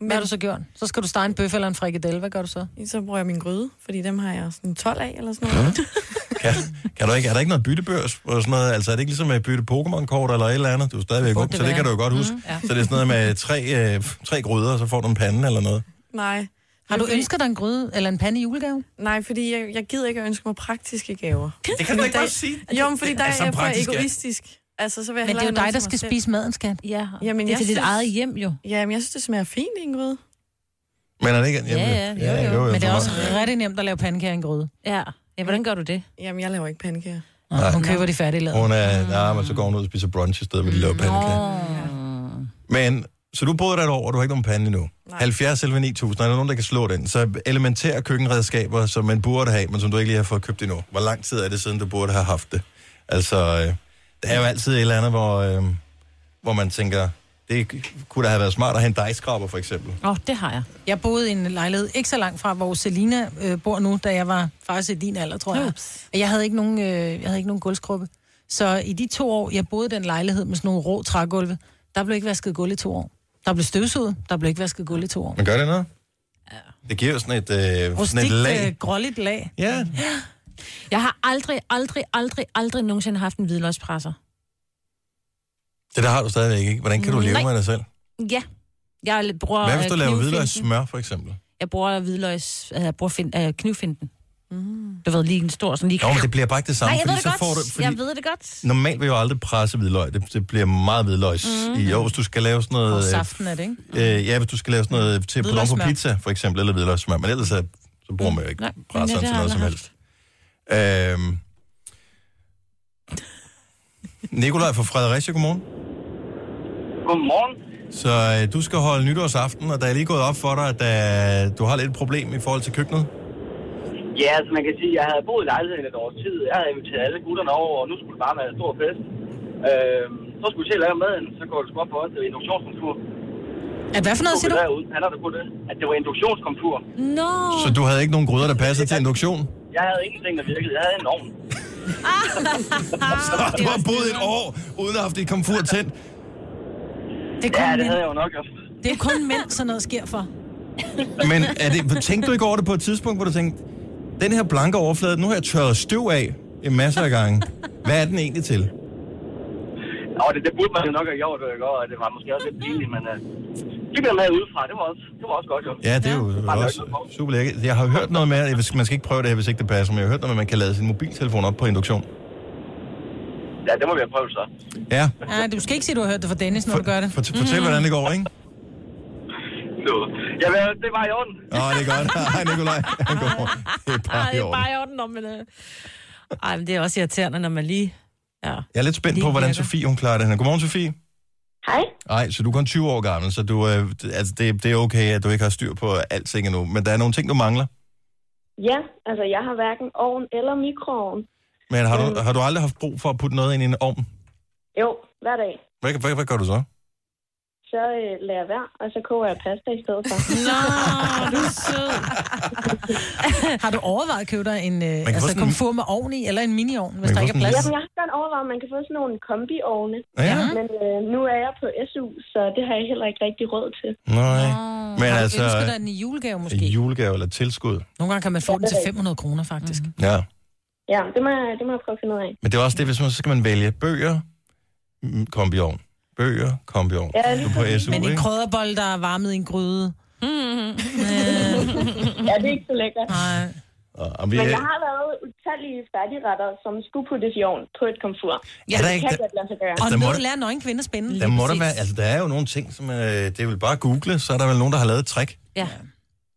Hvad har du så gjort? Så skal du stege en bøf eller en frikadelle. Hvad gør du så? Så bruger jeg min gryde, fordi dem har jeg sådan 12 af eller sådan noget. Kan, kan du ikke, er der ikke noget byttebørs og sådan noget? Altså er det ikke ligesom at bytte Pokémon-kort eller et eller andet? Du er stadigvæk ung, det så det være. Mm-hmm. kan du jo godt huske. Mm, ja. Så det er sådan noget med tre, øh, tre gryder, og så får du en pande eller noget. Nej. Har du Fordi- ønsket dig en gryde eller en pande i julegave? Nej, fordi jeg, jeg gider ikke at ønske mig praktiske gaver. Det kan du ikke bare sige. Jo, men fordi der Altså, er jeg praktisk, for ja. egoistisk. Altså, så vil jeg Men det hellere er jo have dig, der noget til skal mig selv. spise maden, skat. Ja, Jamen, det er jeg til dit synes- eget hjem jo. Jamen, jeg synes, det smager fint i en gryde. Men er det ikke... Ja, ja, jo, jo. Men det er for- også rigtig nemt at lave pandekager i en gryde. Ja. ja, hvordan gør du det? Jamen, jeg laver ikke pandekager. Nej. Hun køber de færdige lavet. Hun er... oh, Nej, men så går hun ud og spiser brunch i stedet, hvor de laver pandekager. Men... Så du boede der et år, og du har ikke nogen pande endnu. 70 eller 9000, er der nogen, der kan slå den? Så elementære køkkenredskaber, som man burde have, men som du ikke lige har fået købt endnu. Hvor lang tid er det siden, du burde have haft det? Altså, øh, der er jo altid et eller andet, hvor, øh, hvor man tænker, det kunne da have været smart at have en dejskraber, for eksempel. Åh, oh, det har jeg. Jeg boede i en lejlighed ikke så langt fra, hvor Selina øh, bor nu, da jeg var faktisk i din alder, tror jeg. Ups. Og jeg havde ikke nogen, øh, jeg havde ikke nogen gulvskruppe. Så i de to år, jeg boede i den lejlighed med sådan nogle rå trægulve, der blev ikke vasket gulv i to år. Der blev støvsuget, der blev ikke vasket gulv i to år. Men gør det noget? Ja. Det giver jo sådan et, øh, sådan et Rustikt, lag. øh, gråligt lag. Ja, Jeg har aldrig, aldrig, aldrig, aldrig nogensinde haft en hvidløgspresser. det der har du stadigvæk ikke. Hvordan kan du leve Nej. med dig selv? Ja. Jeg bruger Hvad hvis du øh, laver knivfinten. hvidløg smør, for eksempel? Jeg bruger hvidløgs, øh, jeg bruger fin, øh, knivfinden. Du ved, lige en stor sådan lige... Jo, men det bliver bare ikke det samme, Nej, jeg ved fordi det så får godt. du... Jeg ved det godt. Normalt vil jeg jo aldrig presse hvidløg. Det, det bliver meget hvidløgs Mhm. mm. i år, hvis du skal lave sådan noget... Og øh, saften er det, ikke? Øh, ja, hvis du skal lave sådan noget til på på Hvidløgssmør. pizza, for eksempel, eller hvidløgssmør, men ellers så, så bruger man jo ikke Nej, men presseren det til har noget jeg som helst. aldrig Øhm. Nikolaj fra Fredericia, godmorgen. Godmorgen. Så øh, du skal holde nytårsaften, og der er lige gået op for dig, at øh, du har lidt et problem i forhold til køkkenet. Ja, altså man kan sige, jeg havde boet i lejligheden et års tid. Jeg havde inviteret alle gutterne over, og nu skulle det bare være en stor fest. Øh, så skulle vi til at lave maden, så går det sgu op for os. Det var induktionskomfur. At hvad for noget siger du? Derude, han har det på det. At det var induktionskomfur. Nå, Så du havde ikke nogen gryder, der passede til induktion? Jeg havde ingenting, der virkede. Jeg havde en ovn. Så du har boet et år, uden at have haft et komfur tændt. Det Ja, er kun det mænd. havde jeg jo nok også. Det er kun mænd, sådan noget sker for. Men er det, tænkte du ikke over det på et tidspunkt, hvor du tænkte, den her blanke overflade, nu har jeg tørret støv af en masse af gange. Hvad er den egentlig til? Og det, det burde man jo nok have gjort, det godt, og det var måske også lidt pinligt, men... Øh, det blev med udefra, det var også, det var også godt jo. Ja, det er jo også super lækkert. Jeg har hørt noget med, at hvis- man skal ikke prøve det her, hvis ikke det passer, men jeg har hørt noget med, at man kan lade sin mobiltelefon op på induktion. Ja, det må vi have prøvet så. Ja, Ja, du skal ikke sige, du har hørt det fra Dennis, når du gør det. for, fortæl, hvordan det går, ikke? Nå. Ja, men øh, det var i orden. Åh, oh, det er godt. Hej, Nikolaj. Godmorgen. Ah, Det er Ej, bare i det er orden. bare i orden, når man... øh. Ej, men det er også irriterende, når man lige... Ja. Jeg er lidt spændt på, Lige hvordan virker. Sofie hun klarer det her. Godmorgen, Sofie. Hej. Nej, så du er kun 20 år gammel, så du, øh, d- altså det, det er okay, at du ikke har styr på alting endnu. Men der er nogle ting, du mangler. Ja, altså jeg har hverken ovn eller mikroovn. Men har Mm. du, har du aldrig haft brug for at putte noget ind i en ovn? Jo, hver dag. Hvad, hvad, hvad gør du så? Så øh, lader jeg være, og så koger jeg pasta i stedet for. Nå, du er sød. Har du overvejet at købe dig en få øh, altså, sådan en- komfur med ovn i, eller en mini-ovn, hvis kan der få ikke er sådan en- plads? Jamen, jeg har godt overvejet, at man kan få sådan nogle kombiovne. Ja. Men øh, nu er jeg på SU, så det har jeg heller ikke rigtig råd til. Nej. Men har du altså, ønsket dig en i julegave måske? En julegave eller tilskud. Nogle gange kan man få den til 500 kroner, faktisk. Mhm. Mm-hmm. Ja. Ja, det må jeg, det må jeg prøve at finde ud af. Men det er også det, hvis man så skal man vælge bøger, mm, kombiovn. Bøger, kombiovn. Ja, du er på SU, Men en ikke? krødderbolle, der er varmet i en gryde. Ja, det er ikke så lækkert. Nej. Og, og vi, Men jeg har lavet utallige færdigretter, som skulle puttes i ovn på et komfur. Ja, der er det ikke- Altså, kan godt lade sig gøre. Og der nu må må der- lærer en nøgen kvinde spænde. der må der være, altså der er jo nogle ting, som øh, det er vel bare at google, så er der vel nogen, der har lavet et trick. Ja.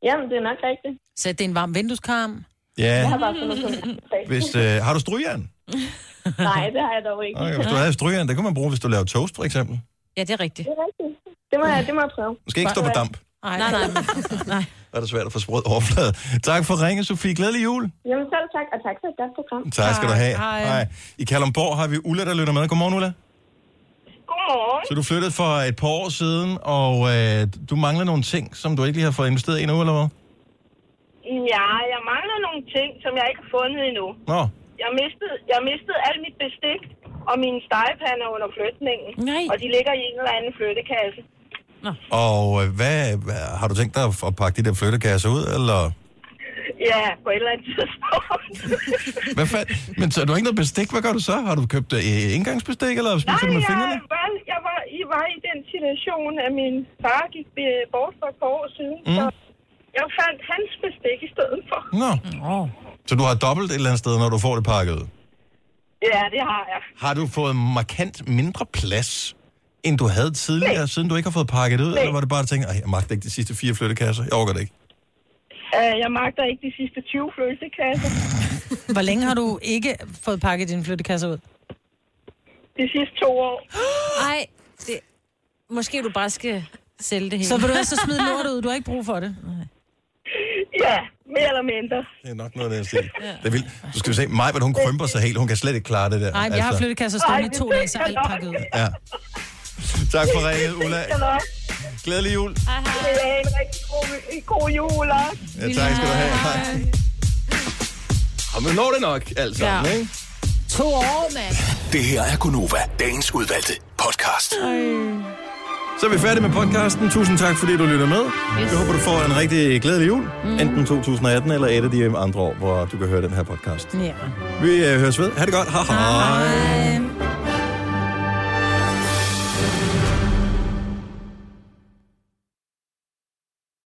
Jamen, det er nok rigtigt. Sæt det er en varm vindueskarm. Ja, Jeg har bare fundet på det. hvis, øh, har du strygjern? Nej, det har jeg dog ikke. Okay, hvis du havde strygjern, det kunne man bruge, hvis du laver toast, for eksempel. Ja, det er rigtigt. Det er rigtigt. Det må jeg, det må jeg prøve. Måske ikke stå på damp, Ej. Nej, nej, men, nej. der er det svært at få sprød overflade. Tak for ringen, Sofie. Glædelig jul. Jamen, selv tak, og tak for et godt program. Tak skal du have. Hej. I Kalundborg har vi Ulla, der lytter med. Godmorgen, Ulla. Godmorgen. Så du flyttede for et par år siden, og øh, du mangler nogle ting, som du ikke lige har fået investeret i endnu, eller hvad? Ja, jeg mangler nogle ting, som jeg ikke har fundet endnu. Nå, Jeg mistede, jeg mistede alt mit bestik og mine stegepander under flytningen. Nej. Og de ligger i en eller anden flyttekasse. og øh, hvad, hvad har du tænkt dig at- at pakke de der flyttekasser ud, eller... Ja, på et eller andet tidspunkt. Hvad fanden? Men så har du ikke noget bestik, hvad gør du så? Har du købt øh, engangsbestik, eller spiser du Nej, med jeg, fingrene? var, jeg var, I var i den situation, at min far gik øh, bort for et par år siden. Mm. Så jeg fandt hans bestik i stedet for. Nå. Så du har dobbelt et eller andet sted, når du får det pakket ud. Ja, det har jeg. Har du fået markant mindre plads, end du havde tidligere, Nej. siden du ikke har fået pakket ud? Nej. Eller var det bare, at tænke, at jeg magter ikke de sidste fire flyttekasser? Jeg overgår det ikke. Øh, jeg magter ikke de sidste 20 flyttekasser. Hvor længe har du ikke fået pakket dine flyttekasser ud? De sidste to år. Ej, det... Måske du bare skal sælge det hele. Så vil du være så smid lortet ud, du har ikke brug for det. Ja, mere eller mindre. Det er nok noget, der er stil. Det er vildt. Du skal vi se, Maj, hun krymper sig helt. Hun kan slet ikke klare det der. Altså, Nej, jeg har flyttekasser stående i to dage, så er alt pakket ud. Ja. Tak for ringet, Ulla. Eller, Glædelig jul. det er en rigtig god, en god jul også. Ja, tak skal du have. Hej. Og man når det nok, alt sammen, Ja. ikke? To år, mand. Det her er Gunova, dagens udvalgte podcast. Så er vi færdige med podcasten. Tusind tak, fordi du lytter med. Yes. Jeg håber, du får en rigtig glædelig jul. Mm. Enten 2018 eller et af de andre år, hvor du kan høre den her podcast. Ja. Vi øh, høres ved. Ha' det godt. Ha, ha. Hej.